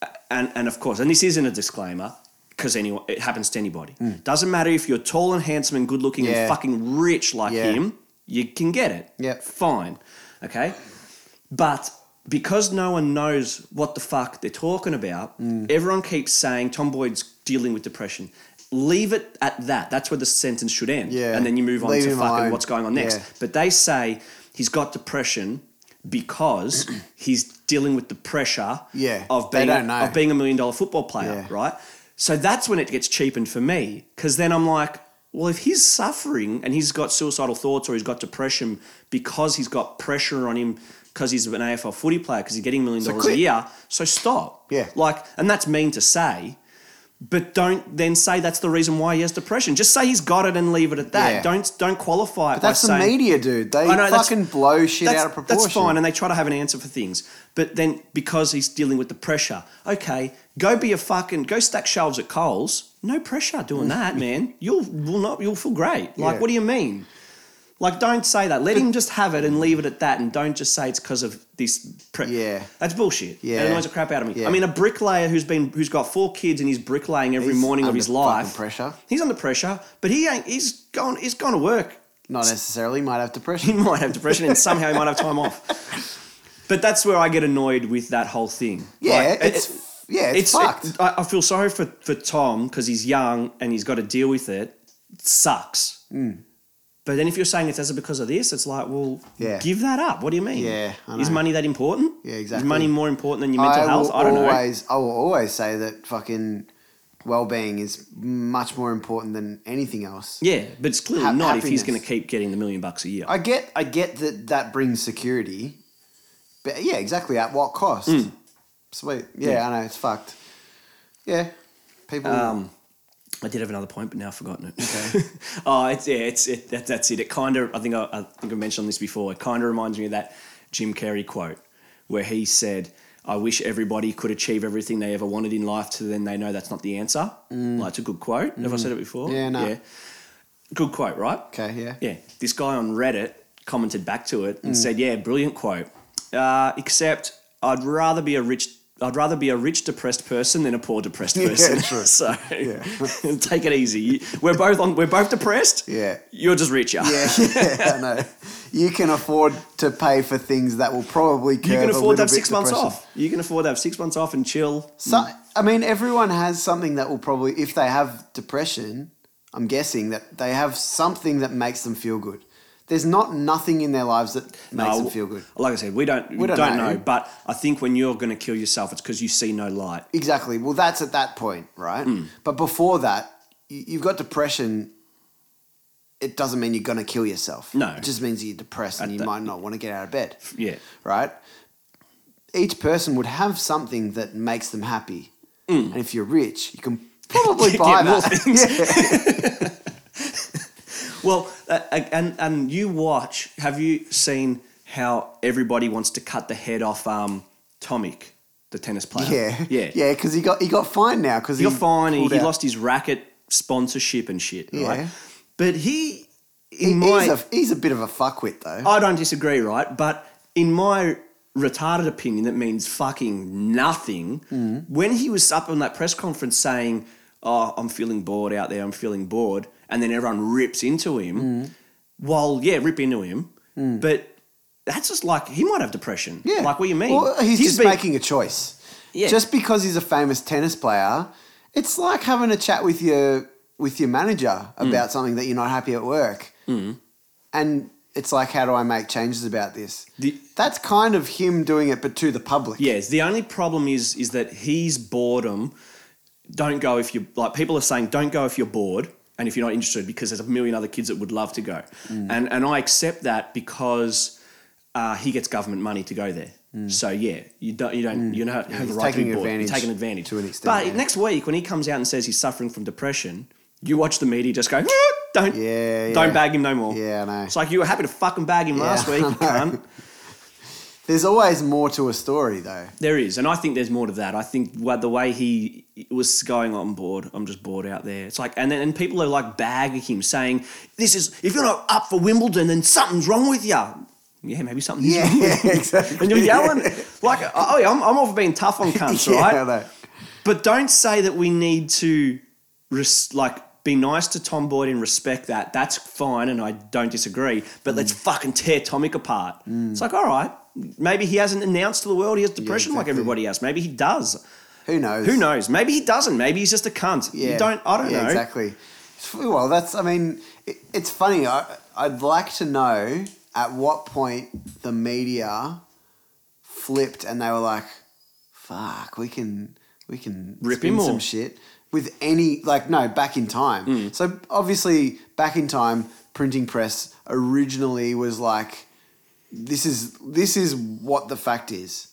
[SPEAKER 1] a- and and of course, and this isn't a disclaimer because anyone it happens to anybody. Doesn't matter if you're tall and handsome and good looking
[SPEAKER 2] Hmm. Yeah.
[SPEAKER 1] and fucking rich like
[SPEAKER 2] Yeah.
[SPEAKER 1] him, you can get it.
[SPEAKER 2] Yep.
[SPEAKER 1] Fine. Okay. But because no one knows what the fuck they're talking about,
[SPEAKER 2] Mm.
[SPEAKER 1] everyone keeps saying Tom Boyd's dealing with depression. Leave it at that. That's where the sentence should end.
[SPEAKER 2] Yeah.
[SPEAKER 1] And then you move on
[SPEAKER 2] Leave
[SPEAKER 1] to
[SPEAKER 2] him
[SPEAKER 1] fucking
[SPEAKER 2] alone.
[SPEAKER 1] what's going on next.
[SPEAKER 2] Yeah.
[SPEAKER 1] But they say he's got depression because he's dealing with the pressure
[SPEAKER 2] Yeah,
[SPEAKER 1] of
[SPEAKER 2] they
[SPEAKER 1] being
[SPEAKER 2] don't know.
[SPEAKER 1] of being a million dollar football player,
[SPEAKER 2] Yeah.
[SPEAKER 1] right? So that's when it gets cheapened for me because then I'm like, well, if he's suffering and he's got suicidal thoughts or he's got depression because he's got pressure on him because he's an AFL footy player because he's getting a million dollars a
[SPEAKER 2] quit.
[SPEAKER 1] year, so stop.
[SPEAKER 2] Yeah.
[SPEAKER 1] like, and that's mean to say. But don't then say that's the reason why he has depression. Just say he's got it and leave it at that.
[SPEAKER 2] Yeah.
[SPEAKER 1] Don't don't qualify it by
[SPEAKER 2] That's the
[SPEAKER 1] saying,
[SPEAKER 2] media, dude. They
[SPEAKER 1] I know, that's-
[SPEAKER 2] fucking blow shit
[SPEAKER 1] that's,
[SPEAKER 2] out of proportion.
[SPEAKER 1] That's fine, and they try to have an answer for things. But then because he's dealing with the pressure, okay, go be a fucking go stack shelves at Coles. No pressure doing that, man. You'll will not you'll feel great. Like,
[SPEAKER 2] Mm. Yeah.
[SPEAKER 1] what do you mean? Like, don't say that. Let him just have it and leave it at that, and don't just say it's because of this. Pre-
[SPEAKER 2] Yeah.
[SPEAKER 1] that's bullshit.
[SPEAKER 2] Yeah.
[SPEAKER 1] it annoys the crap out of me.
[SPEAKER 2] Yeah.
[SPEAKER 1] I mean, a bricklayer who's been who's got four kids and he's bricklaying every
[SPEAKER 2] He's
[SPEAKER 1] morning of
[SPEAKER 2] under
[SPEAKER 1] his life.
[SPEAKER 2] fucking pressure.
[SPEAKER 1] He's under pressure, but he ain't. He's gone. He's gone to work
[SPEAKER 2] Not necessarily. Might have
[SPEAKER 1] he
[SPEAKER 2] depression.
[SPEAKER 1] might have depression and somehow he might have time off. But that's where I get annoyed with that whole thing.
[SPEAKER 2] Yeah,
[SPEAKER 1] Like,
[SPEAKER 2] it's
[SPEAKER 1] it-
[SPEAKER 2] yeah, it's,
[SPEAKER 1] it-
[SPEAKER 2] fucked.
[SPEAKER 1] I, I feel sorry for, for Tom because he's young and he's got to deal with it. It sucks.
[SPEAKER 2] Mm.
[SPEAKER 1] But then if you're saying it's as a because of this, it's like, well,
[SPEAKER 2] Yeah.
[SPEAKER 1] give that up. What do you mean?
[SPEAKER 2] Yeah, I
[SPEAKER 1] Is
[SPEAKER 2] know.
[SPEAKER 1] money that important?
[SPEAKER 2] Yeah,
[SPEAKER 1] Is
[SPEAKER 2] exactly.
[SPEAKER 1] money more important than your mental health?
[SPEAKER 2] Will
[SPEAKER 1] I don't know.
[SPEAKER 2] always, I will always say that fucking well-being is much more important than anything else.
[SPEAKER 1] Yeah, but it's clearly
[SPEAKER 2] Ha-
[SPEAKER 1] not if he's going
[SPEAKER 2] happiness.
[SPEAKER 1] to keep getting the million bucks a year.
[SPEAKER 2] I get, I get that that brings security, but yeah, exactly. At what cost? Sweet. Yeah,
[SPEAKER 1] Hmm. Yeah.
[SPEAKER 2] I know it's fucked. Yeah, people.
[SPEAKER 1] Um, I did have another point, but now I've forgotten it. Okay. oh, it's, yeah, it's it, that, that's it. It kind of, I think I, I think I mentioned this before. It kind of reminds me of that Jim Carrey quote where he said, "I wish everybody could achieve everything they ever wanted in life, so then they know that's not the answer." Like it's a good quote. Have I said it before?
[SPEAKER 2] Yeah, no.
[SPEAKER 1] Good quote, right?
[SPEAKER 2] okay. Yeah.
[SPEAKER 1] Yeah. This guy on Reddit commented back to it
[SPEAKER 2] Mm.
[SPEAKER 1] and said, "Yeah, brilliant quote. Uh, except I'd rather be a rich." I'd rather be a rich depressed person than a poor depressed
[SPEAKER 2] Yeah,
[SPEAKER 1] person.
[SPEAKER 2] true.
[SPEAKER 1] so take it easy. You- We're both on. We're both depressed.
[SPEAKER 2] Yeah.
[SPEAKER 1] You're just richer.
[SPEAKER 2] Yeah, yeah, I know. You can afford to pay for things that will probably curb
[SPEAKER 1] You can
[SPEAKER 2] a
[SPEAKER 1] afford to
[SPEAKER 2] little
[SPEAKER 1] have
[SPEAKER 2] bit
[SPEAKER 1] six months
[SPEAKER 2] depression.
[SPEAKER 1] off. You can afford to have six months off and chill.
[SPEAKER 2] So, I mean, everyone has something that will probably, if they have depression, I'm guessing that they have something that makes them feel good. There's not nothing in their lives that makes
[SPEAKER 1] Uh,
[SPEAKER 2] them feel good.
[SPEAKER 1] Like I said, we don't we
[SPEAKER 2] don't
[SPEAKER 1] don't, know.
[SPEAKER 2] know.
[SPEAKER 1] but I think when you're going to kill yourself, it's because you see no light.
[SPEAKER 2] Exactly. Well, that's at that point, right?
[SPEAKER 1] Hmm.
[SPEAKER 2] But before that, you- you've got depression. It doesn't mean you're going to kill yourself.
[SPEAKER 1] No.
[SPEAKER 2] It just means you're depressed and you
[SPEAKER 1] that-
[SPEAKER 2] might not want to get out of bed.
[SPEAKER 1] Yeah.
[SPEAKER 2] right? Each person would have something that makes them happy. And if you're rich, you can probably
[SPEAKER 1] Hmm. Get
[SPEAKER 2] buy
[SPEAKER 1] more
[SPEAKER 2] that.
[SPEAKER 1] things.
[SPEAKER 2] Yeah.
[SPEAKER 1] Well, uh, and and you watch. Have you seen how everybody wants to cut the head off um, Tomic, the tennis player?
[SPEAKER 2] Yeah.
[SPEAKER 1] yeah,
[SPEAKER 2] Yeah, because he got he got fined now because he
[SPEAKER 1] He got fined. He,
[SPEAKER 2] pulled
[SPEAKER 1] he
[SPEAKER 2] out.
[SPEAKER 1] lost his racket sponsorship and shit.
[SPEAKER 2] Yeah.
[SPEAKER 1] Right? But he, in
[SPEAKER 2] He-
[SPEAKER 1] my,
[SPEAKER 2] he's, a, he's a bit of a fuckwit though.
[SPEAKER 1] I don't disagree, right? But in my retarded opinion, that means fucking nothing.
[SPEAKER 2] Mm.
[SPEAKER 1] When he was up on that press conference saying, "Oh, I'm feeling bored out there. I'm feeling bored," and then everyone rips into him.
[SPEAKER 2] Mm.
[SPEAKER 1] Well, yeah, rip into him, but. That's just like he might have depression.
[SPEAKER 2] yeah.
[SPEAKER 1] Like what do you mean?
[SPEAKER 2] Well, he's, just
[SPEAKER 1] been-
[SPEAKER 2] making a choice.
[SPEAKER 1] Yeah.
[SPEAKER 2] Just because he's a famous tennis player, it's like having a chat with your with your manager
[SPEAKER 1] Hmm.
[SPEAKER 2] about something that you're not happy at work. And it's like, how do I make changes about this?
[SPEAKER 1] The-
[SPEAKER 2] That's kind of him doing it, but to the public.
[SPEAKER 1] Yes, the only problem is is that he's boredom. Don't go if you like. People are saying don't go if you're bored and if you're not interested because there's a million other kids that would love to go,
[SPEAKER 2] Mm.
[SPEAKER 1] and and I accept that because uh, he gets government money to go there. So yeah, you don't you don't you don't have the
[SPEAKER 2] Mm. he's
[SPEAKER 1] right to be bored.
[SPEAKER 2] taking
[SPEAKER 1] You're
[SPEAKER 2] advantage
[SPEAKER 1] taking advantage
[SPEAKER 2] to an extent,
[SPEAKER 1] But
[SPEAKER 2] yeah.
[SPEAKER 1] next week when he comes out and says he's suffering from depression, you watch the media just go. "Ah, Don't
[SPEAKER 2] Yeah,
[SPEAKER 1] don't
[SPEAKER 2] yeah.
[SPEAKER 1] bag him no more.
[SPEAKER 2] Yeah, I know.
[SPEAKER 1] It's like you were happy to fucking bag him last
[SPEAKER 2] I
[SPEAKER 1] week, you
[SPEAKER 2] know.
[SPEAKER 1] cunt.
[SPEAKER 2] There's always more to a story, though.
[SPEAKER 1] There is, and I think there's more to that. I think wa- the way he was going on board, I'm just bored out there. It's like, and then and people are like bagging him, saying, "This is if you're not up for Wimbledon, then something's wrong with you." Yeah, maybe something is wrong. with you.
[SPEAKER 2] exactly.
[SPEAKER 1] And you're yelling like, "Oh, yeah, I'm, I'm all for being tough on cunts,
[SPEAKER 2] Yeah, I
[SPEAKER 1] right?"
[SPEAKER 2] know.
[SPEAKER 1] But don't say that we need to res- like be nice to Tom Boyd and respect that. That's fine, and I don't disagree. But
[SPEAKER 2] Mm.
[SPEAKER 1] let's fucking tear Tomic apart. It's like, all right, maybe he hasn't announced to the world he has depression like
[SPEAKER 2] exactly.
[SPEAKER 1] everybody else. Maybe he does.
[SPEAKER 2] Who knows?
[SPEAKER 1] Who knows? Maybe he doesn't. Maybe he's just a cunt. You don't. I don't
[SPEAKER 2] yeah,
[SPEAKER 1] know.
[SPEAKER 2] Exactly. Well, that's. I mean, it, it's funny. I, I'd like to know at what point the media flipped and they were like, "Fuck, we can we can
[SPEAKER 1] Rip
[SPEAKER 2] spin
[SPEAKER 1] him
[SPEAKER 2] some
[SPEAKER 1] or-
[SPEAKER 2] shit with any like no back in time."
[SPEAKER 1] Hmm.
[SPEAKER 2] So obviously, back in time, printing press originally was like, "This is this is what the fact is."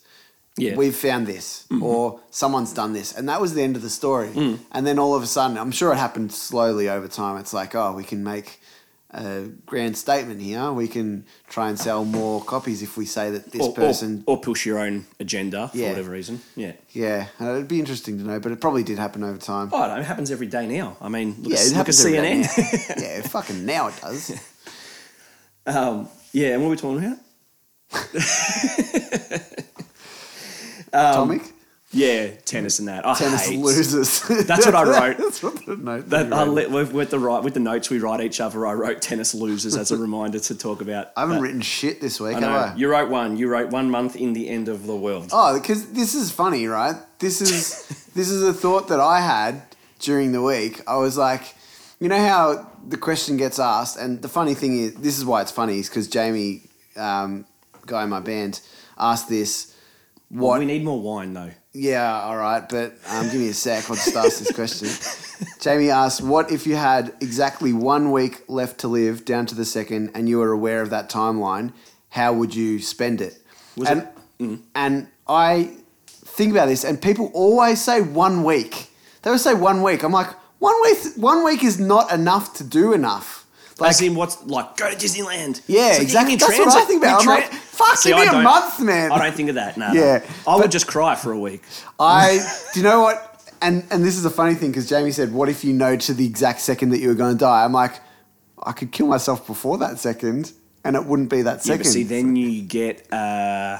[SPEAKER 1] Yeah. Mm-hmm.
[SPEAKER 2] We've found this, or someone's done this, and that was the end of the story.
[SPEAKER 1] Mm.
[SPEAKER 2] And then all of a sudden, I'm sure it happened slowly over time. It's like, oh, we can make a grand statement here. We can try and sell more copies if we say that this
[SPEAKER 1] or,
[SPEAKER 2] person.
[SPEAKER 1] or, or push your own agenda for
[SPEAKER 2] Yeah.
[SPEAKER 1] whatever reason. Yeah.
[SPEAKER 2] Yeah, and it'd be interesting to know, but it probably did happen over time.
[SPEAKER 1] Oh, I know, it happens every day now. I mean, look,
[SPEAKER 2] yeah,
[SPEAKER 1] at,
[SPEAKER 2] it
[SPEAKER 1] look at
[SPEAKER 2] happens every day
[SPEAKER 1] CNN.
[SPEAKER 2] now. yeah, fucking now it does.
[SPEAKER 1] Um, yeah, and what were we talking about? Um,
[SPEAKER 2] Atomic
[SPEAKER 1] Yeah, tennis and that. I
[SPEAKER 2] tennis
[SPEAKER 1] hate.
[SPEAKER 2] losers.
[SPEAKER 1] That's what I wrote.
[SPEAKER 2] That's what the note.
[SPEAKER 1] That,
[SPEAKER 2] you
[SPEAKER 1] I
[SPEAKER 2] wrote.
[SPEAKER 1] li- with, with the right with the notes we write each other, I wrote tennis losers as a reminder to talk about.
[SPEAKER 2] I haven't
[SPEAKER 1] that.
[SPEAKER 2] written shit this week,
[SPEAKER 1] I
[SPEAKER 2] have I?
[SPEAKER 1] know. You wrote one. You wrote one month in the end of the world.
[SPEAKER 2] Oh, because this is funny, right? This is this is a thought that I had during the week. I was like, you know how the question gets asked, and the funny thing is, this is why it's funny, is because Jamie, um, guy in my band, asked this. What
[SPEAKER 1] We need more wine though.
[SPEAKER 2] yeah, all right, but um, give me a sec. I'll just ask this question. Jamie asked, What if you had exactly one week left to live down to the second and you were aware of that timeline? How would you spend it?
[SPEAKER 1] Was
[SPEAKER 2] and, and I think about this, and people always say one week. They always say one week. I'm like, one week, one week is not enough to do enough. Like,
[SPEAKER 1] As in, what's like go to Disneyland?
[SPEAKER 2] Yeah,
[SPEAKER 1] It's like,
[SPEAKER 2] exactly.
[SPEAKER 1] you
[SPEAKER 2] That's what
[SPEAKER 1] transit-
[SPEAKER 2] I think about.
[SPEAKER 1] you
[SPEAKER 2] I'm
[SPEAKER 1] tran-
[SPEAKER 2] like, fuck,
[SPEAKER 1] See,
[SPEAKER 2] give
[SPEAKER 1] I
[SPEAKER 2] me a
[SPEAKER 1] don't-
[SPEAKER 2] month, man.
[SPEAKER 1] I don't think of that. No,
[SPEAKER 2] Yeah,
[SPEAKER 1] yeah, I would
[SPEAKER 2] but-
[SPEAKER 1] just cry for a week.
[SPEAKER 2] I, do you know what? And and this is a funny thing because Jamie said, "What if you know to the exact second that you were going to die?" I'm like, I could kill myself before that second, and it wouldn't be that
[SPEAKER 1] Yeah,
[SPEAKER 2] second.
[SPEAKER 1] but see, then you get uh,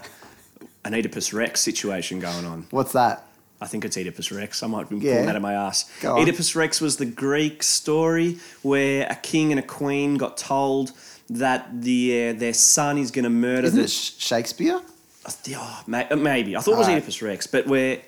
[SPEAKER 1] an Oedipus Rex situation going on.
[SPEAKER 2] What's that?
[SPEAKER 1] I think it's Oedipus Rex. I might be
[SPEAKER 2] Yeah.
[SPEAKER 1] pulling that out of my ass.
[SPEAKER 2] Go on.
[SPEAKER 1] Oedipus Rex was the Greek story where a king and a queen got told that the, uh, their son is going to murder
[SPEAKER 2] Isn't
[SPEAKER 1] the
[SPEAKER 2] it Sh- Shakespeare?
[SPEAKER 1] I th- oh, may- uh, maybe I thought it was
[SPEAKER 2] Alright.
[SPEAKER 1] Oedipus Rex, but where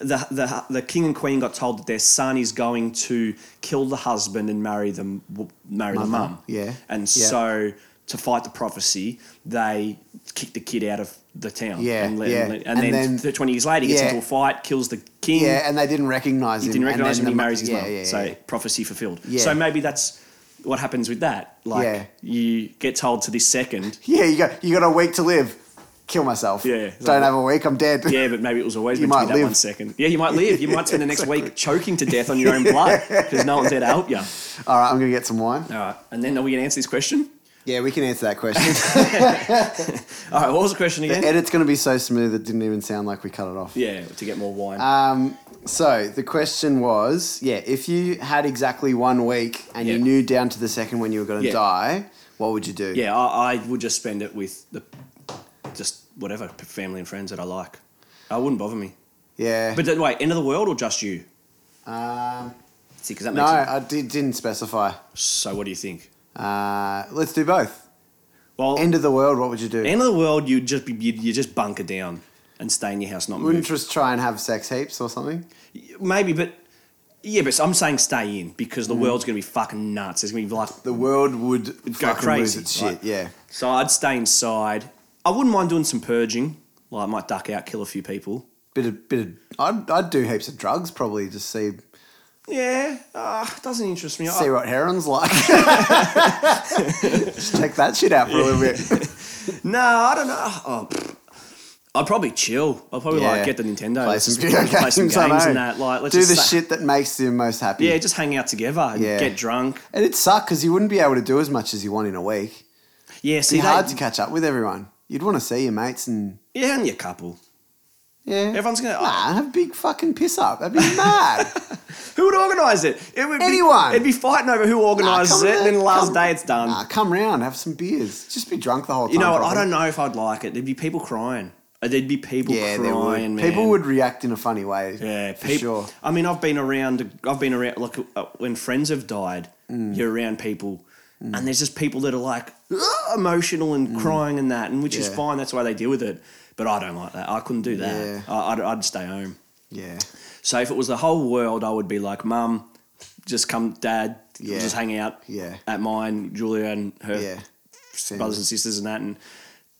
[SPEAKER 1] the, the the king and queen got told that their son is going to kill the husband and marry them w- marry the
[SPEAKER 2] Mother,
[SPEAKER 1] mum.
[SPEAKER 2] yeah,
[SPEAKER 1] and
[SPEAKER 2] yeah.
[SPEAKER 1] so to fight the prophecy, they kicked the kid out of the town.
[SPEAKER 2] Yeah,
[SPEAKER 1] and, let-
[SPEAKER 2] yeah.
[SPEAKER 1] and, let-
[SPEAKER 2] And
[SPEAKER 1] then,
[SPEAKER 2] then-
[SPEAKER 1] th- twenty years later, he gets
[SPEAKER 2] yeah.
[SPEAKER 1] into a fight, kills the king.
[SPEAKER 2] Yeah, and they didn't recognize him.
[SPEAKER 1] didn't
[SPEAKER 2] and
[SPEAKER 1] recognize
[SPEAKER 2] then
[SPEAKER 1] him. He
[SPEAKER 2] the-
[SPEAKER 1] marries his
[SPEAKER 2] yeah,
[SPEAKER 1] mum.
[SPEAKER 2] Yeah, yeah,
[SPEAKER 1] so
[SPEAKER 2] yeah.
[SPEAKER 1] prophecy fulfilled.
[SPEAKER 2] Yeah.
[SPEAKER 1] So maybe that's what happens with that. Like
[SPEAKER 2] Yeah.
[SPEAKER 1] you get told to this second.
[SPEAKER 2] Yeah, you got you got a week to live. Kill myself.
[SPEAKER 1] Yeah,
[SPEAKER 2] don't
[SPEAKER 1] like-
[SPEAKER 2] have a week. I'm dead.
[SPEAKER 1] Yeah, but maybe it was always
[SPEAKER 2] You
[SPEAKER 1] meant to be
[SPEAKER 2] might
[SPEAKER 1] that
[SPEAKER 2] live.
[SPEAKER 1] one second. Yeah, you might live. You might spend the next week choking to death on your own blood because no one's there to help you. All
[SPEAKER 2] All right, I'm gonna get some wine.
[SPEAKER 1] right, and then are we going to answer this question?
[SPEAKER 2] Yeah, we can answer that question.
[SPEAKER 1] All right, what was the question
[SPEAKER 2] the
[SPEAKER 1] again?
[SPEAKER 2] edit's gonna be so smooth it didn't even sound like we cut it off.
[SPEAKER 1] yeah, to get more wine.
[SPEAKER 2] Um, so the question was, yeah, if you had exactly one week and you
[SPEAKER 1] Yeah.
[SPEAKER 2] knew down to the second when you were going to
[SPEAKER 1] Yeah.
[SPEAKER 2] die, what would you do?
[SPEAKER 1] yeah, I, I would just spend it with the just whatever p- family and friends that I like. That wouldn't bother me.
[SPEAKER 2] yeah.
[SPEAKER 1] But then, wait, end of the world or just you?
[SPEAKER 2] um,
[SPEAKER 1] See, because that
[SPEAKER 2] no,
[SPEAKER 1] makes it.
[SPEAKER 2] I did, didn't specify.
[SPEAKER 1] So, what do you think?
[SPEAKER 2] Uh, let's do both.
[SPEAKER 1] Well,
[SPEAKER 2] End of the world. What would you do?
[SPEAKER 1] end of the world, you'd just be you'd, you just bunker down and stay in your house, not move.
[SPEAKER 2] Wouldn't just try and have sex heaps or something?
[SPEAKER 1] Maybe, but yeah, but I'm saying stay in because
[SPEAKER 2] Mm.
[SPEAKER 1] the world's gonna be fucking nuts. It's gonna be like
[SPEAKER 2] The world would
[SPEAKER 1] go
[SPEAKER 2] fucking lose
[SPEAKER 1] crazy.
[SPEAKER 2] its shit.
[SPEAKER 1] right?
[SPEAKER 2] Yeah.
[SPEAKER 1] So I'd stay inside. I wouldn't mind doing some purging. Like I might duck out, kill a few people.
[SPEAKER 2] Bit of bit of. I'd, I'd do heaps of drugs probably to see
[SPEAKER 1] Yeah, uh, doesn't interest me. I-
[SPEAKER 2] see what heron's like. just check that shit out for a little bit.
[SPEAKER 1] no, I don't know. Oh, pfft. I'd probably chill. I'd probably
[SPEAKER 2] Yeah.
[SPEAKER 1] like get the Nintendo,
[SPEAKER 2] play
[SPEAKER 1] let's
[SPEAKER 2] some
[SPEAKER 1] just
[SPEAKER 2] video games,
[SPEAKER 1] play some games
[SPEAKER 2] I know.
[SPEAKER 1] and that. Like, let's
[SPEAKER 2] do
[SPEAKER 1] just
[SPEAKER 2] the
[SPEAKER 1] sa-
[SPEAKER 2] shit that makes you most happy.
[SPEAKER 1] Yeah, just hang out together and
[SPEAKER 2] Yeah.
[SPEAKER 1] get drunk.
[SPEAKER 2] and it'd suck because you wouldn't be able to do as much as you want in a week.
[SPEAKER 1] Yeah,
[SPEAKER 2] It'd
[SPEAKER 1] see
[SPEAKER 2] be hard
[SPEAKER 1] that.
[SPEAKER 2] to catch up with everyone. You'd want to see your mates and
[SPEAKER 1] Yeah, and your couple.
[SPEAKER 2] yeah,
[SPEAKER 1] Everyone's gonna- oh.
[SPEAKER 2] nah, have a big fucking piss up. That'd be mad.
[SPEAKER 1] Who would organise it? It would be-
[SPEAKER 2] Anyone.
[SPEAKER 1] it'd be fighting over who
[SPEAKER 2] Nah,
[SPEAKER 1] organises
[SPEAKER 2] come
[SPEAKER 1] it.
[SPEAKER 2] round,
[SPEAKER 1] And then the last
[SPEAKER 2] come-
[SPEAKER 1] day, it's done.
[SPEAKER 2] Nah, come round, have some beers. Just be drunk the whole time.
[SPEAKER 1] You know what? I
[SPEAKER 2] probably.
[SPEAKER 1] don't know if I'd like it. There'd be people crying. Uh, There'd be people
[SPEAKER 2] Yeah, there
[SPEAKER 1] crying.
[SPEAKER 2] would.
[SPEAKER 1] Man.
[SPEAKER 2] People would react in a funny way.
[SPEAKER 1] Yeah,
[SPEAKER 2] for
[SPEAKER 1] peop-
[SPEAKER 2] sure.
[SPEAKER 1] I mean, I've been around. I've been around. Like uh, when friends have died,
[SPEAKER 2] Mm.
[SPEAKER 1] you're around people, and there's just people that are like "Ugh," emotional and crying and that, and which is
[SPEAKER 2] Mm. Yeah.
[SPEAKER 1] fine. That's why they deal with it. But I don't like that. I couldn't do that.
[SPEAKER 2] Yeah.
[SPEAKER 1] I, I'd, I'd stay home.
[SPEAKER 2] Yeah,
[SPEAKER 1] So if it was the whole world, I would be like, Mum, just come, Dad,
[SPEAKER 2] Yeah.
[SPEAKER 1] just hang out
[SPEAKER 2] Yeah.
[SPEAKER 1] at mine, Julia and her
[SPEAKER 2] yeah.
[SPEAKER 1] brothers and sisters and that, and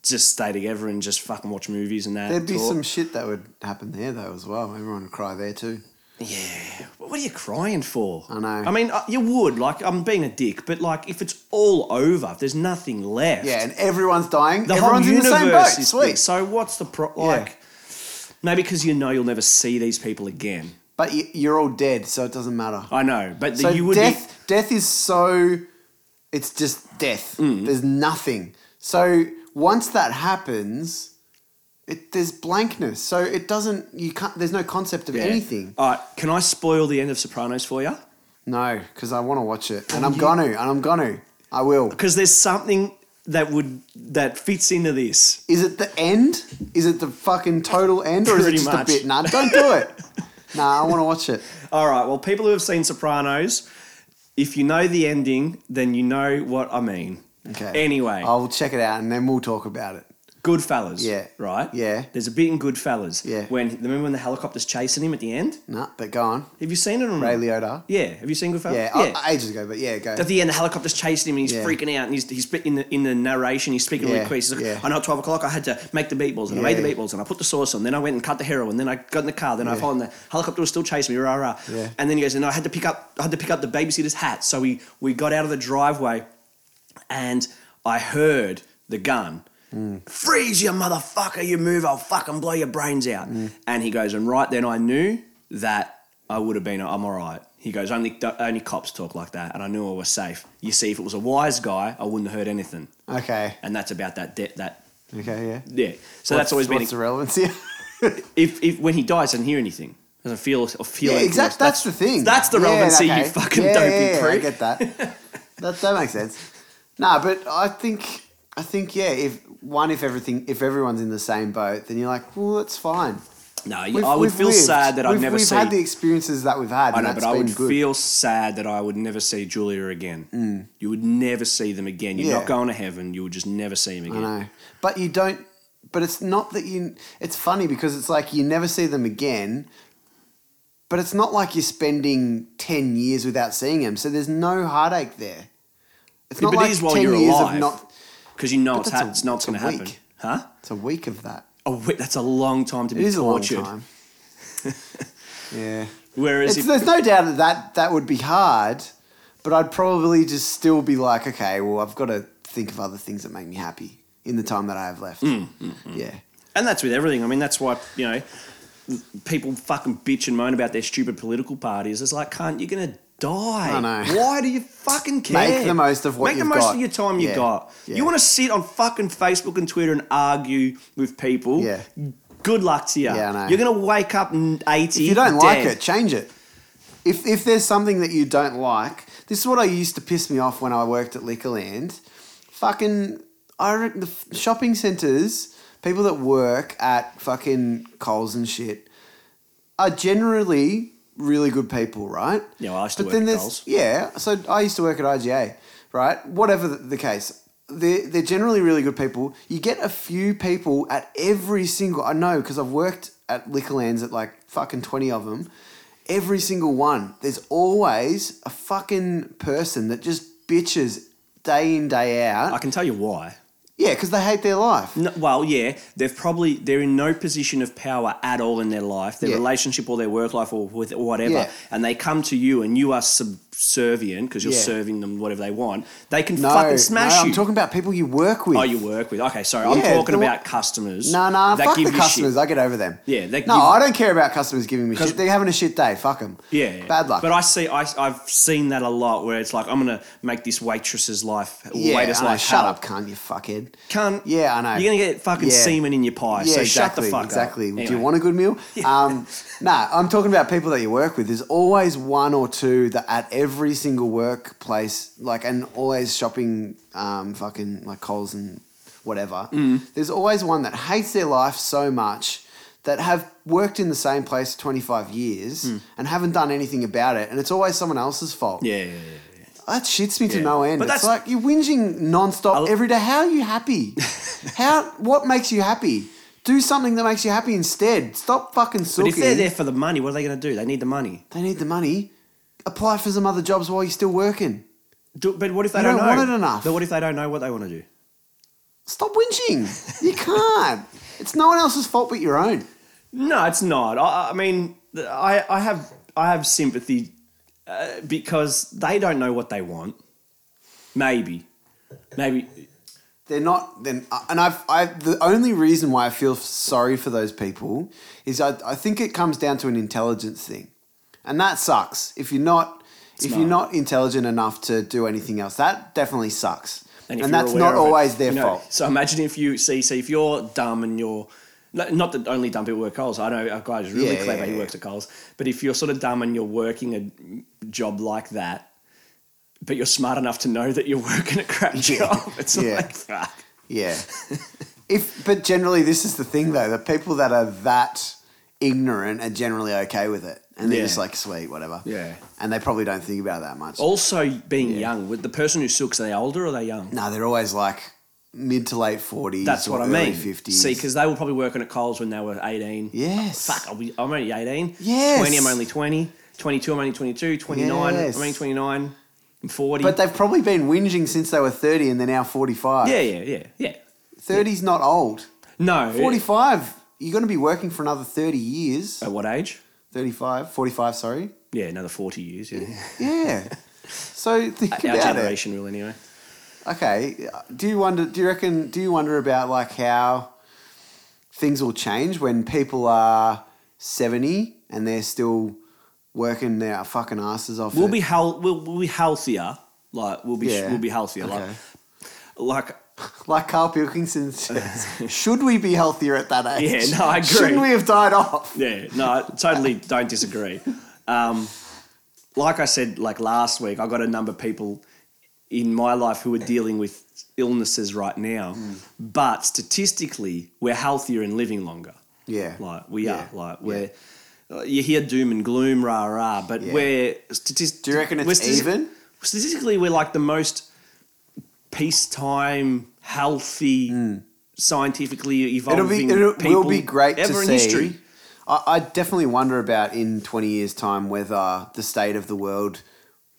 [SPEAKER 1] just stay together and just fucking watch movies and that.
[SPEAKER 2] There'd be
[SPEAKER 1] talk.
[SPEAKER 2] some shit that would happen there though as well. Everyone would cry there too.
[SPEAKER 1] Yeah. What are you crying for?
[SPEAKER 2] I know.
[SPEAKER 1] I mean, uh, you would. Like, I'm being a dick, but like, if it's all over, if there's nothing left.
[SPEAKER 2] Yeah, and everyone's dying.
[SPEAKER 1] the
[SPEAKER 2] everyone's
[SPEAKER 1] whole
[SPEAKER 2] in the
[SPEAKER 1] universe
[SPEAKER 2] same boat.
[SPEAKER 1] is
[SPEAKER 2] Sweet.
[SPEAKER 1] big. So what's the pro? Like, maybe because you know you'll never see these people again.
[SPEAKER 2] But y- you're all dead, so it doesn't matter.
[SPEAKER 1] I know, Oh, but the-
[SPEAKER 2] So
[SPEAKER 1] you would be.
[SPEAKER 2] death, death is so. It's just death.
[SPEAKER 1] Mm.
[SPEAKER 2] There's nothing. So once that happens, it there's blankness. So it doesn't. You can't. There's no concept of
[SPEAKER 1] Yeah.
[SPEAKER 2] anything.
[SPEAKER 1] All right, can I spoil the end of Sopranos for you?
[SPEAKER 2] No, because I want to watch it, and I'm gonna, and I'm gonna. I will.
[SPEAKER 1] Because there's something that would that fits into this.
[SPEAKER 2] Is it the end? Is it the fucking total end, or is it
[SPEAKER 1] Pretty
[SPEAKER 2] just
[SPEAKER 1] much.
[SPEAKER 2] a bit? Nah, don't do it. nah, I want to watch it.
[SPEAKER 1] All right. Well, people who have seen Sopranos, if you know the ending, then you know what I mean.
[SPEAKER 2] Okay.
[SPEAKER 1] Anyway.
[SPEAKER 2] I'll check it out, and then we'll talk about it.
[SPEAKER 1] Goodfellas.
[SPEAKER 2] Yeah.
[SPEAKER 1] Right?
[SPEAKER 2] Yeah.
[SPEAKER 1] There's a bit in Goodfellas.
[SPEAKER 2] Yeah.
[SPEAKER 1] When remember when the helicopter's chasing him at the end?
[SPEAKER 2] Nah, but go on.
[SPEAKER 1] Have you seen it or not?
[SPEAKER 2] Ray Liotta.
[SPEAKER 1] Yeah. Have you seen Goodfellas?
[SPEAKER 2] Yeah, oh, ages ago, but yeah, go.
[SPEAKER 1] at the end, the helicopter's chasing him and he's
[SPEAKER 2] Yeah.
[SPEAKER 1] freaking out. And he's, he's in the in the narration, he's speaking really
[SPEAKER 2] Yeah,
[SPEAKER 1] quick. He's like,
[SPEAKER 2] yeah.
[SPEAKER 1] I know at 12 o'clock I had to make the meatballs and I made the
[SPEAKER 2] Yeah.
[SPEAKER 1] meatballs and I put the sauce on. Then I went and cut the heroin. Then I got in the car. Then I
[SPEAKER 2] Yeah.
[SPEAKER 1] followed and the helicopter was still chasing me. Rah, rah.
[SPEAKER 2] Yeah.
[SPEAKER 1] And then he goes, and I had to pick up I had to pick up the babysitter's hat. So we, we got out of the driveway and I heard the gun.
[SPEAKER 2] Mm.
[SPEAKER 1] Freeze, you motherfucker, you move, I'll fucking blow your brains out.
[SPEAKER 2] Mm.
[SPEAKER 1] And he goes, and right then I knew that I would have been, I'm all right. He goes, only, only cops talk like that. And I knew I was safe. You see, if it was a wise guy, I wouldn't have heard anything.
[SPEAKER 2] Okay.
[SPEAKER 1] And that's about that debt, that,
[SPEAKER 2] Okay, yeah.
[SPEAKER 1] yeah. So that's always
[SPEAKER 2] What's-
[SPEAKER 1] been,
[SPEAKER 2] what's the relevance here.
[SPEAKER 1] if, if when he dies, I didn't hear anything. Doesn't feel or feel
[SPEAKER 2] yeah,
[SPEAKER 1] anything.
[SPEAKER 2] exactly. That's, the thing.
[SPEAKER 1] that's the
[SPEAKER 2] Yeah,
[SPEAKER 1] relevancy, you fucking
[SPEAKER 2] yeah,
[SPEAKER 1] dopey
[SPEAKER 2] yeah, yeah,
[SPEAKER 1] prick.
[SPEAKER 2] I get that. that that makes sense. Nah, but I think I think yeah. If one, if everything, if everyone's in the same boat, then you're like, well, it's fine.
[SPEAKER 1] No,
[SPEAKER 2] We've-
[SPEAKER 1] I would
[SPEAKER 2] we've
[SPEAKER 1] feel
[SPEAKER 2] lived.
[SPEAKER 1] sad that I'd
[SPEAKER 2] We've-
[SPEAKER 1] never
[SPEAKER 2] We've
[SPEAKER 1] see.
[SPEAKER 2] had the experiences that we've had.
[SPEAKER 1] I
[SPEAKER 2] and
[SPEAKER 1] know,
[SPEAKER 2] that's
[SPEAKER 1] but I
[SPEAKER 2] been
[SPEAKER 1] would
[SPEAKER 2] good. Hmm.
[SPEAKER 1] feel sad that I would never see Julia again. You would never see them again. You're
[SPEAKER 2] Yeah.
[SPEAKER 1] not going to heaven. You would just never see them
[SPEAKER 2] I
[SPEAKER 1] again.
[SPEAKER 2] know. But you don't. But it's not that you. It's funny because it's like you never see them again. But it's not like you're spending ten years without seeing them, so there's no heartache there. It's
[SPEAKER 1] Yeah,
[SPEAKER 2] not
[SPEAKER 1] but it
[SPEAKER 2] like
[SPEAKER 1] is while
[SPEAKER 2] 10
[SPEAKER 1] you're
[SPEAKER 2] years
[SPEAKER 1] alive.
[SPEAKER 2] of not.
[SPEAKER 1] Because you know
[SPEAKER 2] But
[SPEAKER 1] it's,
[SPEAKER 2] that's
[SPEAKER 1] ha-
[SPEAKER 2] a-
[SPEAKER 1] it's not
[SPEAKER 2] it's a
[SPEAKER 1] going to happen.
[SPEAKER 2] week.
[SPEAKER 1] Huh?
[SPEAKER 2] It's a week of that.
[SPEAKER 1] A week, that's a long time to
[SPEAKER 2] It
[SPEAKER 1] be
[SPEAKER 2] is a long
[SPEAKER 1] tortured.
[SPEAKER 2] time. yeah.
[SPEAKER 1] Whereas
[SPEAKER 2] It's,
[SPEAKER 1] if,
[SPEAKER 2] there's no doubt that, that that would be hard, but I'd probably just still be like, okay, well, I've got to think of other things that make me happy in the time that I have left.
[SPEAKER 1] Mm,
[SPEAKER 2] Yeah.
[SPEAKER 1] and that's with everything. I mean, that's why, you know, people fucking bitch and moan about their stupid political parties. It's like, cunt, you're going to die.
[SPEAKER 2] I know.
[SPEAKER 1] Why do you fucking care?
[SPEAKER 2] Make the most of what
[SPEAKER 1] Make
[SPEAKER 2] you've
[SPEAKER 1] the most
[SPEAKER 2] got.
[SPEAKER 1] of your time you
[SPEAKER 2] Yeah.
[SPEAKER 1] got.
[SPEAKER 2] Yeah.
[SPEAKER 1] You want to sit on fucking Facebook and Twitter and argue with people.
[SPEAKER 2] Yeah.
[SPEAKER 1] Good luck to you.
[SPEAKER 2] Yeah, I know.
[SPEAKER 1] You're going to wake up n- 80.
[SPEAKER 2] If you don't like
[SPEAKER 1] dead.
[SPEAKER 2] it, change it. If if there's something that you don't like, this is what I used to piss me off when I worked at Liquorland. Fucking, I reckon the f- shopping centres, people that work at fucking Coles and shit, are generally really good people, right?
[SPEAKER 1] Yeah, well, I used to work at
[SPEAKER 2] there's-
[SPEAKER 1] Coles.
[SPEAKER 2] Yeah, so I used to work at IGA, right? Whatever the, the case, they're, they're generally really good people. You get a few people at every single, I know, because I've worked at Liquorlands at like fucking 20 of them. Every single one, there's always a fucking person that just bitches day in, day out.
[SPEAKER 1] I can tell you why.
[SPEAKER 2] Yeah, because they hate their life.
[SPEAKER 1] No, well, yeah, they've probably they're in no position of power at all in their life, their
[SPEAKER 2] Yeah.
[SPEAKER 1] relationship or their work life or with or whatever,
[SPEAKER 2] Yeah.
[SPEAKER 1] and they come to you and you are subservient because you're
[SPEAKER 2] Yeah.
[SPEAKER 1] serving them whatever they want. They can
[SPEAKER 2] No,
[SPEAKER 1] fucking smash
[SPEAKER 2] no,
[SPEAKER 1] you.
[SPEAKER 2] I'm talking about people you work with.
[SPEAKER 1] oh, you work with? Okay, sorry,
[SPEAKER 2] Yeah,
[SPEAKER 1] I'm talking
[SPEAKER 2] the-
[SPEAKER 1] about customers.
[SPEAKER 2] No, no,
[SPEAKER 1] that
[SPEAKER 2] fuck
[SPEAKER 1] give
[SPEAKER 2] the
[SPEAKER 1] you shit.
[SPEAKER 2] customers. I get over them.
[SPEAKER 1] Yeah, they
[SPEAKER 2] no,
[SPEAKER 1] give-
[SPEAKER 2] I don't care about customers giving me shit. They're having a shit day. Fuck them.
[SPEAKER 1] Yeah, yeah.
[SPEAKER 2] bad luck.
[SPEAKER 1] But I see, I, I've seen that a lot where it's like I'm gonna make this waitress's life,
[SPEAKER 2] yeah,
[SPEAKER 1] waiter's
[SPEAKER 2] I know.
[SPEAKER 1] life.
[SPEAKER 2] shut
[SPEAKER 1] hell.
[SPEAKER 2] up, cunt, you fuckhead.
[SPEAKER 1] cunt.
[SPEAKER 2] Yeah, I know.
[SPEAKER 1] You're gonna get fucking
[SPEAKER 2] Yeah.
[SPEAKER 1] semen in your pie.
[SPEAKER 2] Yeah,
[SPEAKER 1] so
[SPEAKER 2] exactly.
[SPEAKER 1] shut the fuck
[SPEAKER 2] exactly.
[SPEAKER 1] up.
[SPEAKER 2] Do you
[SPEAKER 1] Anyway.
[SPEAKER 2] want a good meal? Um, nah, I'm talking about people that you work with. There's always one or two that at every single workplace, like, and always shopping, um, fucking like Coles and whatever.
[SPEAKER 1] Mm.
[SPEAKER 2] There's always one that hates their life so much that have worked in the same place 25 years
[SPEAKER 1] Mm.
[SPEAKER 2] and haven't done anything about it, and it's always someone else's fault.
[SPEAKER 1] Yeah, yeah, yeah.
[SPEAKER 2] That shits me to
[SPEAKER 1] Yeah.
[SPEAKER 2] no end.
[SPEAKER 1] But
[SPEAKER 2] it's
[SPEAKER 1] that's-
[SPEAKER 2] like you're whinging nonstop
[SPEAKER 1] I-
[SPEAKER 2] every day. How are you happy? How? What makes you happy? Do something that makes you happy instead. Stop fucking
[SPEAKER 1] But
[SPEAKER 2] sulking.
[SPEAKER 1] if they're there for the money, what are they going to do? They need the money.
[SPEAKER 2] they need the money. Apply for some other jobs while you're still working.
[SPEAKER 1] Do, but what if they
[SPEAKER 2] You
[SPEAKER 1] don't,
[SPEAKER 2] don't
[SPEAKER 1] know?
[SPEAKER 2] want it enough.
[SPEAKER 1] But what if they don't know what they want to do?
[SPEAKER 2] Stop whinging. You can't. it's no one else's fault but your own.
[SPEAKER 1] No, it's not. I, I mean, I, I have I have sympathy uh, because they don't know what they want. Maybe, maybe.
[SPEAKER 2] They're not. Then, uh, and I've. I the only reason why I feel sorry for those people is I, I think it comes down to an intelligence thing, and that sucks. If you're not, if
[SPEAKER 1] Smart.
[SPEAKER 2] you're not intelligent enough to do anything else, that definitely sucks. And,
[SPEAKER 1] if you're
[SPEAKER 2] that's
[SPEAKER 1] aware of
[SPEAKER 2] not
[SPEAKER 1] it,
[SPEAKER 2] always their
[SPEAKER 1] you know.
[SPEAKER 2] fault.
[SPEAKER 1] So imagine if you see, see if you're dumb and you're no- not that only dumb people work at Coles. I know a guy who's really
[SPEAKER 2] Yeah,
[SPEAKER 1] clever.
[SPEAKER 2] yeah,
[SPEAKER 1] he
[SPEAKER 2] yeah.
[SPEAKER 1] works at Coles. But if you're sort of dumb and you're working a job like that, but you're smart enough to know that you're working a crap job, it's
[SPEAKER 2] yeah.
[SPEAKER 1] like fuck.
[SPEAKER 2] Yeah. if but generally this is the thing though, the people that are that ignorant are generally okay with it. And they're
[SPEAKER 1] Yeah.
[SPEAKER 2] just like, sweet, whatever.
[SPEAKER 1] Yeah.
[SPEAKER 2] And they probably don't think about it that much.
[SPEAKER 1] Also, being young with the person who sucks, are they older or are they young?
[SPEAKER 2] no, they're always like mid to late forties.
[SPEAKER 1] That's what I mean.
[SPEAKER 2] Fifties.
[SPEAKER 1] See, because they were probably working at Coles when they were 18.
[SPEAKER 2] Yes.
[SPEAKER 1] Oh, Fuck, I'll be, I'm only 18.
[SPEAKER 2] Yes.
[SPEAKER 1] 20, I'm only 20. 22, I'm only 22. 29,
[SPEAKER 2] Yes.
[SPEAKER 1] I'm only 29. I'm 40.
[SPEAKER 2] But they've probably been whinging since they were thirty and they're now forty five.
[SPEAKER 1] yeah, yeah, yeah, yeah.
[SPEAKER 2] Thirty's not old.
[SPEAKER 1] No. it-
[SPEAKER 2] Forty five you're going to be working for another 30 years.
[SPEAKER 1] At what age?
[SPEAKER 2] 35, 45, sorry.
[SPEAKER 1] Yeah, another 40 years. Yeah.
[SPEAKER 2] Yeah. so think
[SPEAKER 1] Our
[SPEAKER 2] about it.
[SPEAKER 1] generation will, anyway.
[SPEAKER 2] Okay. Do you wonder? Do you reckon? Do you wonder about like how things will change when people are seventy and they're still working their fucking asses off?
[SPEAKER 1] We'll
[SPEAKER 2] it?
[SPEAKER 1] be, heal- we'll, we'll be healthier. Like, we'll be,
[SPEAKER 2] Yeah.
[SPEAKER 1] we'll be healthier. Like,
[SPEAKER 2] Okay.
[SPEAKER 1] like,
[SPEAKER 2] like Carl Pilkington says. should we be healthier at that age?
[SPEAKER 1] Yeah, no, I agree.
[SPEAKER 2] Shouldn't we have died off?
[SPEAKER 1] Yeah, no, I totally don't disagree. Um, like I said, like last week, I got a number of people in my life who are dealing with illnesses right now,
[SPEAKER 2] Hmm.
[SPEAKER 1] but statistically, we're healthier and living longer.
[SPEAKER 2] Yeah.
[SPEAKER 1] Like we
[SPEAKER 2] Yeah.
[SPEAKER 1] are, like we're. uh, You hear doom and gloom, rah rah, but
[SPEAKER 2] Yeah.
[SPEAKER 1] we're statistically.
[SPEAKER 2] Do you reckon it's even?
[SPEAKER 1] Statistically, we're like the most peacetime, healthy, scientifically
[SPEAKER 2] Hmm. It'll
[SPEAKER 1] evolving
[SPEAKER 2] be. It'll,
[SPEAKER 1] people
[SPEAKER 2] will be great
[SPEAKER 1] ever
[SPEAKER 2] to
[SPEAKER 1] in
[SPEAKER 2] see.
[SPEAKER 1] history.
[SPEAKER 2] I, I definitely wonder about in twenty years' time whether the state of the world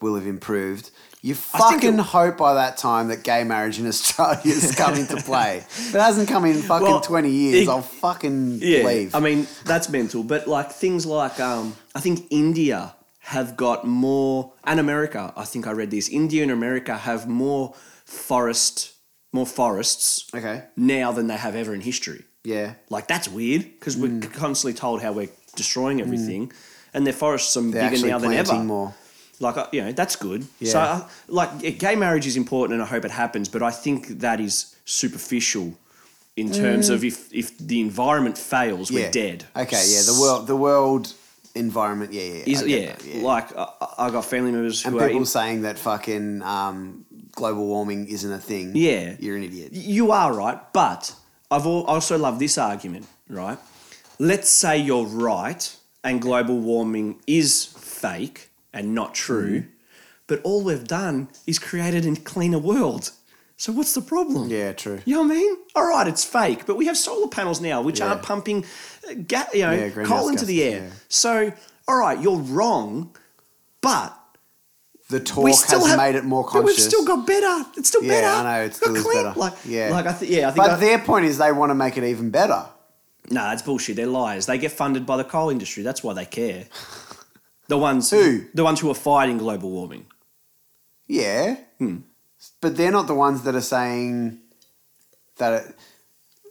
[SPEAKER 2] will have improved. You
[SPEAKER 1] I think
[SPEAKER 2] fucking hope by that time that gay marriage in Australia has come into play. If it hasn't come in fucking
[SPEAKER 1] Well,
[SPEAKER 2] twenty years,
[SPEAKER 1] it-
[SPEAKER 2] I'll fucking
[SPEAKER 1] Yeah,
[SPEAKER 2] leave.
[SPEAKER 1] I mean that's mental. But like things like um, I think India have got more, and America. I think I read this. India and America have more forest, more forests
[SPEAKER 2] okay.
[SPEAKER 1] now than they have ever in history.
[SPEAKER 2] Yeah.
[SPEAKER 1] Like that's weird because we're
[SPEAKER 2] Mm.
[SPEAKER 1] constantly told how we're destroying everything, and their forests are
[SPEAKER 2] They're
[SPEAKER 1] bigger
[SPEAKER 2] actually
[SPEAKER 1] now than
[SPEAKER 2] planting
[SPEAKER 1] ever.
[SPEAKER 2] more.
[SPEAKER 1] Like uh, you know, that's good.
[SPEAKER 2] Yeah.
[SPEAKER 1] So, uh, like, yeah, gay marriage is important, and I hope it happens. But I think that is superficial in terms of if if the environment fails,
[SPEAKER 2] Mm. Yeah.
[SPEAKER 1] we're dead.
[SPEAKER 2] Okay. Yeah. The world. The world environment. Yeah. Yeah.
[SPEAKER 1] Is,
[SPEAKER 2] I get
[SPEAKER 1] yeah,
[SPEAKER 2] that,
[SPEAKER 1] like I, I- I got family members
[SPEAKER 2] And
[SPEAKER 1] who are
[SPEAKER 2] people
[SPEAKER 1] in,
[SPEAKER 2] saying that fucking um, global warming isn't a thing.
[SPEAKER 1] Yeah.
[SPEAKER 2] You're an idiot.
[SPEAKER 1] You are right, but I've al- also love this argument, right? Let's say you're right and global warming is fake and not true,
[SPEAKER 2] Mm-hmm.
[SPEAKER 1] but all we've done is created a cleaner world. So what's the problem?
[SPEAKER 2] Yeah. True.
[SPEAKER 1] You know what I mean? All right, it's fake, but we have solar panels now which aren't pumping uh, ga- you know,
[SPEAKER 2] Yeah, greenhouse
[SPEAKER 1] coal into the
[SPEAKER 2] gases,
[SPEAKER 1] air.
[SPEAKER 2] yeah.
[SPEAKER 1] So, all right, you're wrong, but
[SPEAKER 2] The talk
[SPEAKER 1] we still
[SPEAKER 2] has
[SPEAKER 1] have
[SPEAKER 2] made it more
[SPEAKER 1] but
[SPEAKER 2] conscious.
[SPEAKER 1] we've still got better. It's still
[SPEAKER 2] Yeah,
[SPEAKER 1] better.
[SPEAKER 2] I know, it still
[SPEAKER 1] Got
[SPEAKER 2] is
[SPEAKER 1] clean-
[SPEAKER 2] better.
[SPEAKER 1] Like,
[SPEAKER 2] Yeah.
[SPEAKER 1] like I th- yeah, I think.
[SPEAKER 2] but
[SPEAKER 1] I-
[SPEAKER 2] their point is they want to make it even better.
[SPEAKER 1] nah, it's bullshit. They're liars. They get funded by the coal industry. That's why they care. The ones
[SPEAKER 2] Who?
[SPEAKER 1] the ones who are fighting global warming.
[SPEAKER 2] Yeah.
[SPEAKER 1] Hmm.
[SPEAKER 2] But they're not the ones that are saying that. It,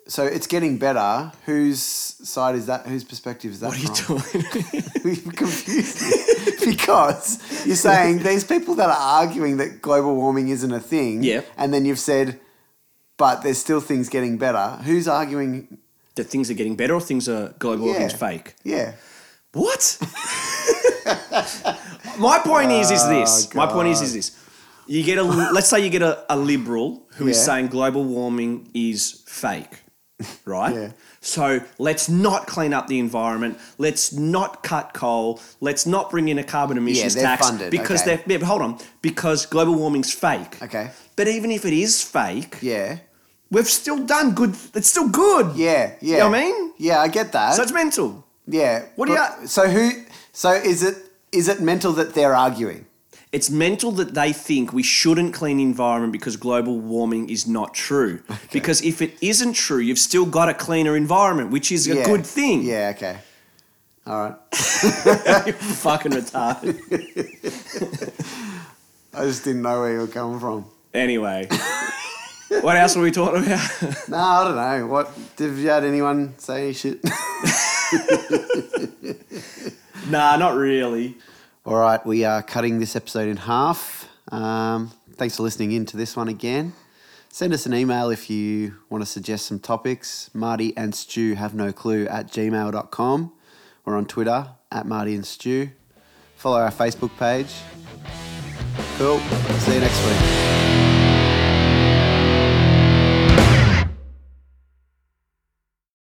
[SPEAKER 2] so it's getting better. Whose side is that? Whose perspective is that
[SPEAKER 1] What are you
[SPEAKER 2] from?
[SPEAKER 1] doing?
[SPEAKER 2] You've confused me. because you're saying these people that are arguing that global warming isn't a thing.
[SPEAKER 1] Yeah.
[SPEAKER 2] And then you've said, but there's still things getting better. Who's arguing?
[SPEAKER 1] that things are getting better or things are global warming's
[SPEAKER 2] Yeah.
[SPEAKER 1] fake.
[SPEAKER 2] Yeah.
[SPEAKER 1] What? My point is, is this.
[SPEAKER 2] Oh,
[SPEAKER 1] My point is, is this. You get a let's say you get a, a liberal who is
[SPEAKER 2] Yeah.
[SPEAKER 1] saying global warming is fake, right?
[SPEAKER 2] Yeah.
[SPEAKER 1] So let's not clean up the environment. Let's not cut coal. Let's not bring in a carbon emissions
[SPEAKER 2] they're
[SPEAKER 1] tax
[SPEAKER 2] funded,
[SPEAKER 1] because
[SPEAKER 2] okay.
[SPEAKER 1] they're yeah, but hold on because global warming's fake.
[SPEAKER 2] Okay.
[SPEAKER 1] But even if it is fake,
[SPEAKER 2] Yeah.
[SPEAKER 1] we've still done good. It's still good.
[SPEAKER 2] Yeah. Yeah.
[SPEAKER 1] know what I mean?
[SPEAKER 2] Yeah, I get that.
[SPEAKER 1] So it's mental.
[SPEAKER 2] Yeah.
[SPEAKER 1] What do you-
[SPEAKER 2] but- So who? So is it is it mental that they're arguing?
[SPEAKER 1] It's mental that they think we shouldn't clean the environment because global warming is not true. Because if it isn't true, you've still got a cleaner environment, which is a
[SPEAKER 2] Yeah.
[SPEAKER 1] good thing.
[SPEAKER 2] Yeah. Okay. All right.
[SPEAKER 1] You're fucking retarded.
[SPEAKER 2] I just didn't know where you were coming from.
[SPEAKER 1] Anyway, what else were we talking about?
[SPEAKER 2] No, I don't know. What did you had anyone say any shit?
[SPEAKER 1] nah, not really.
[SPEAKER 2] All right, we are cutting this episode in half. Um, thanks for listening in to this one again. Send us an email if you want to suggest some topics. Marty and Stu have no clue at gmail.com. We're on Twitter at Marty and Stu. Follow our Facebook page. Cool. See you next week.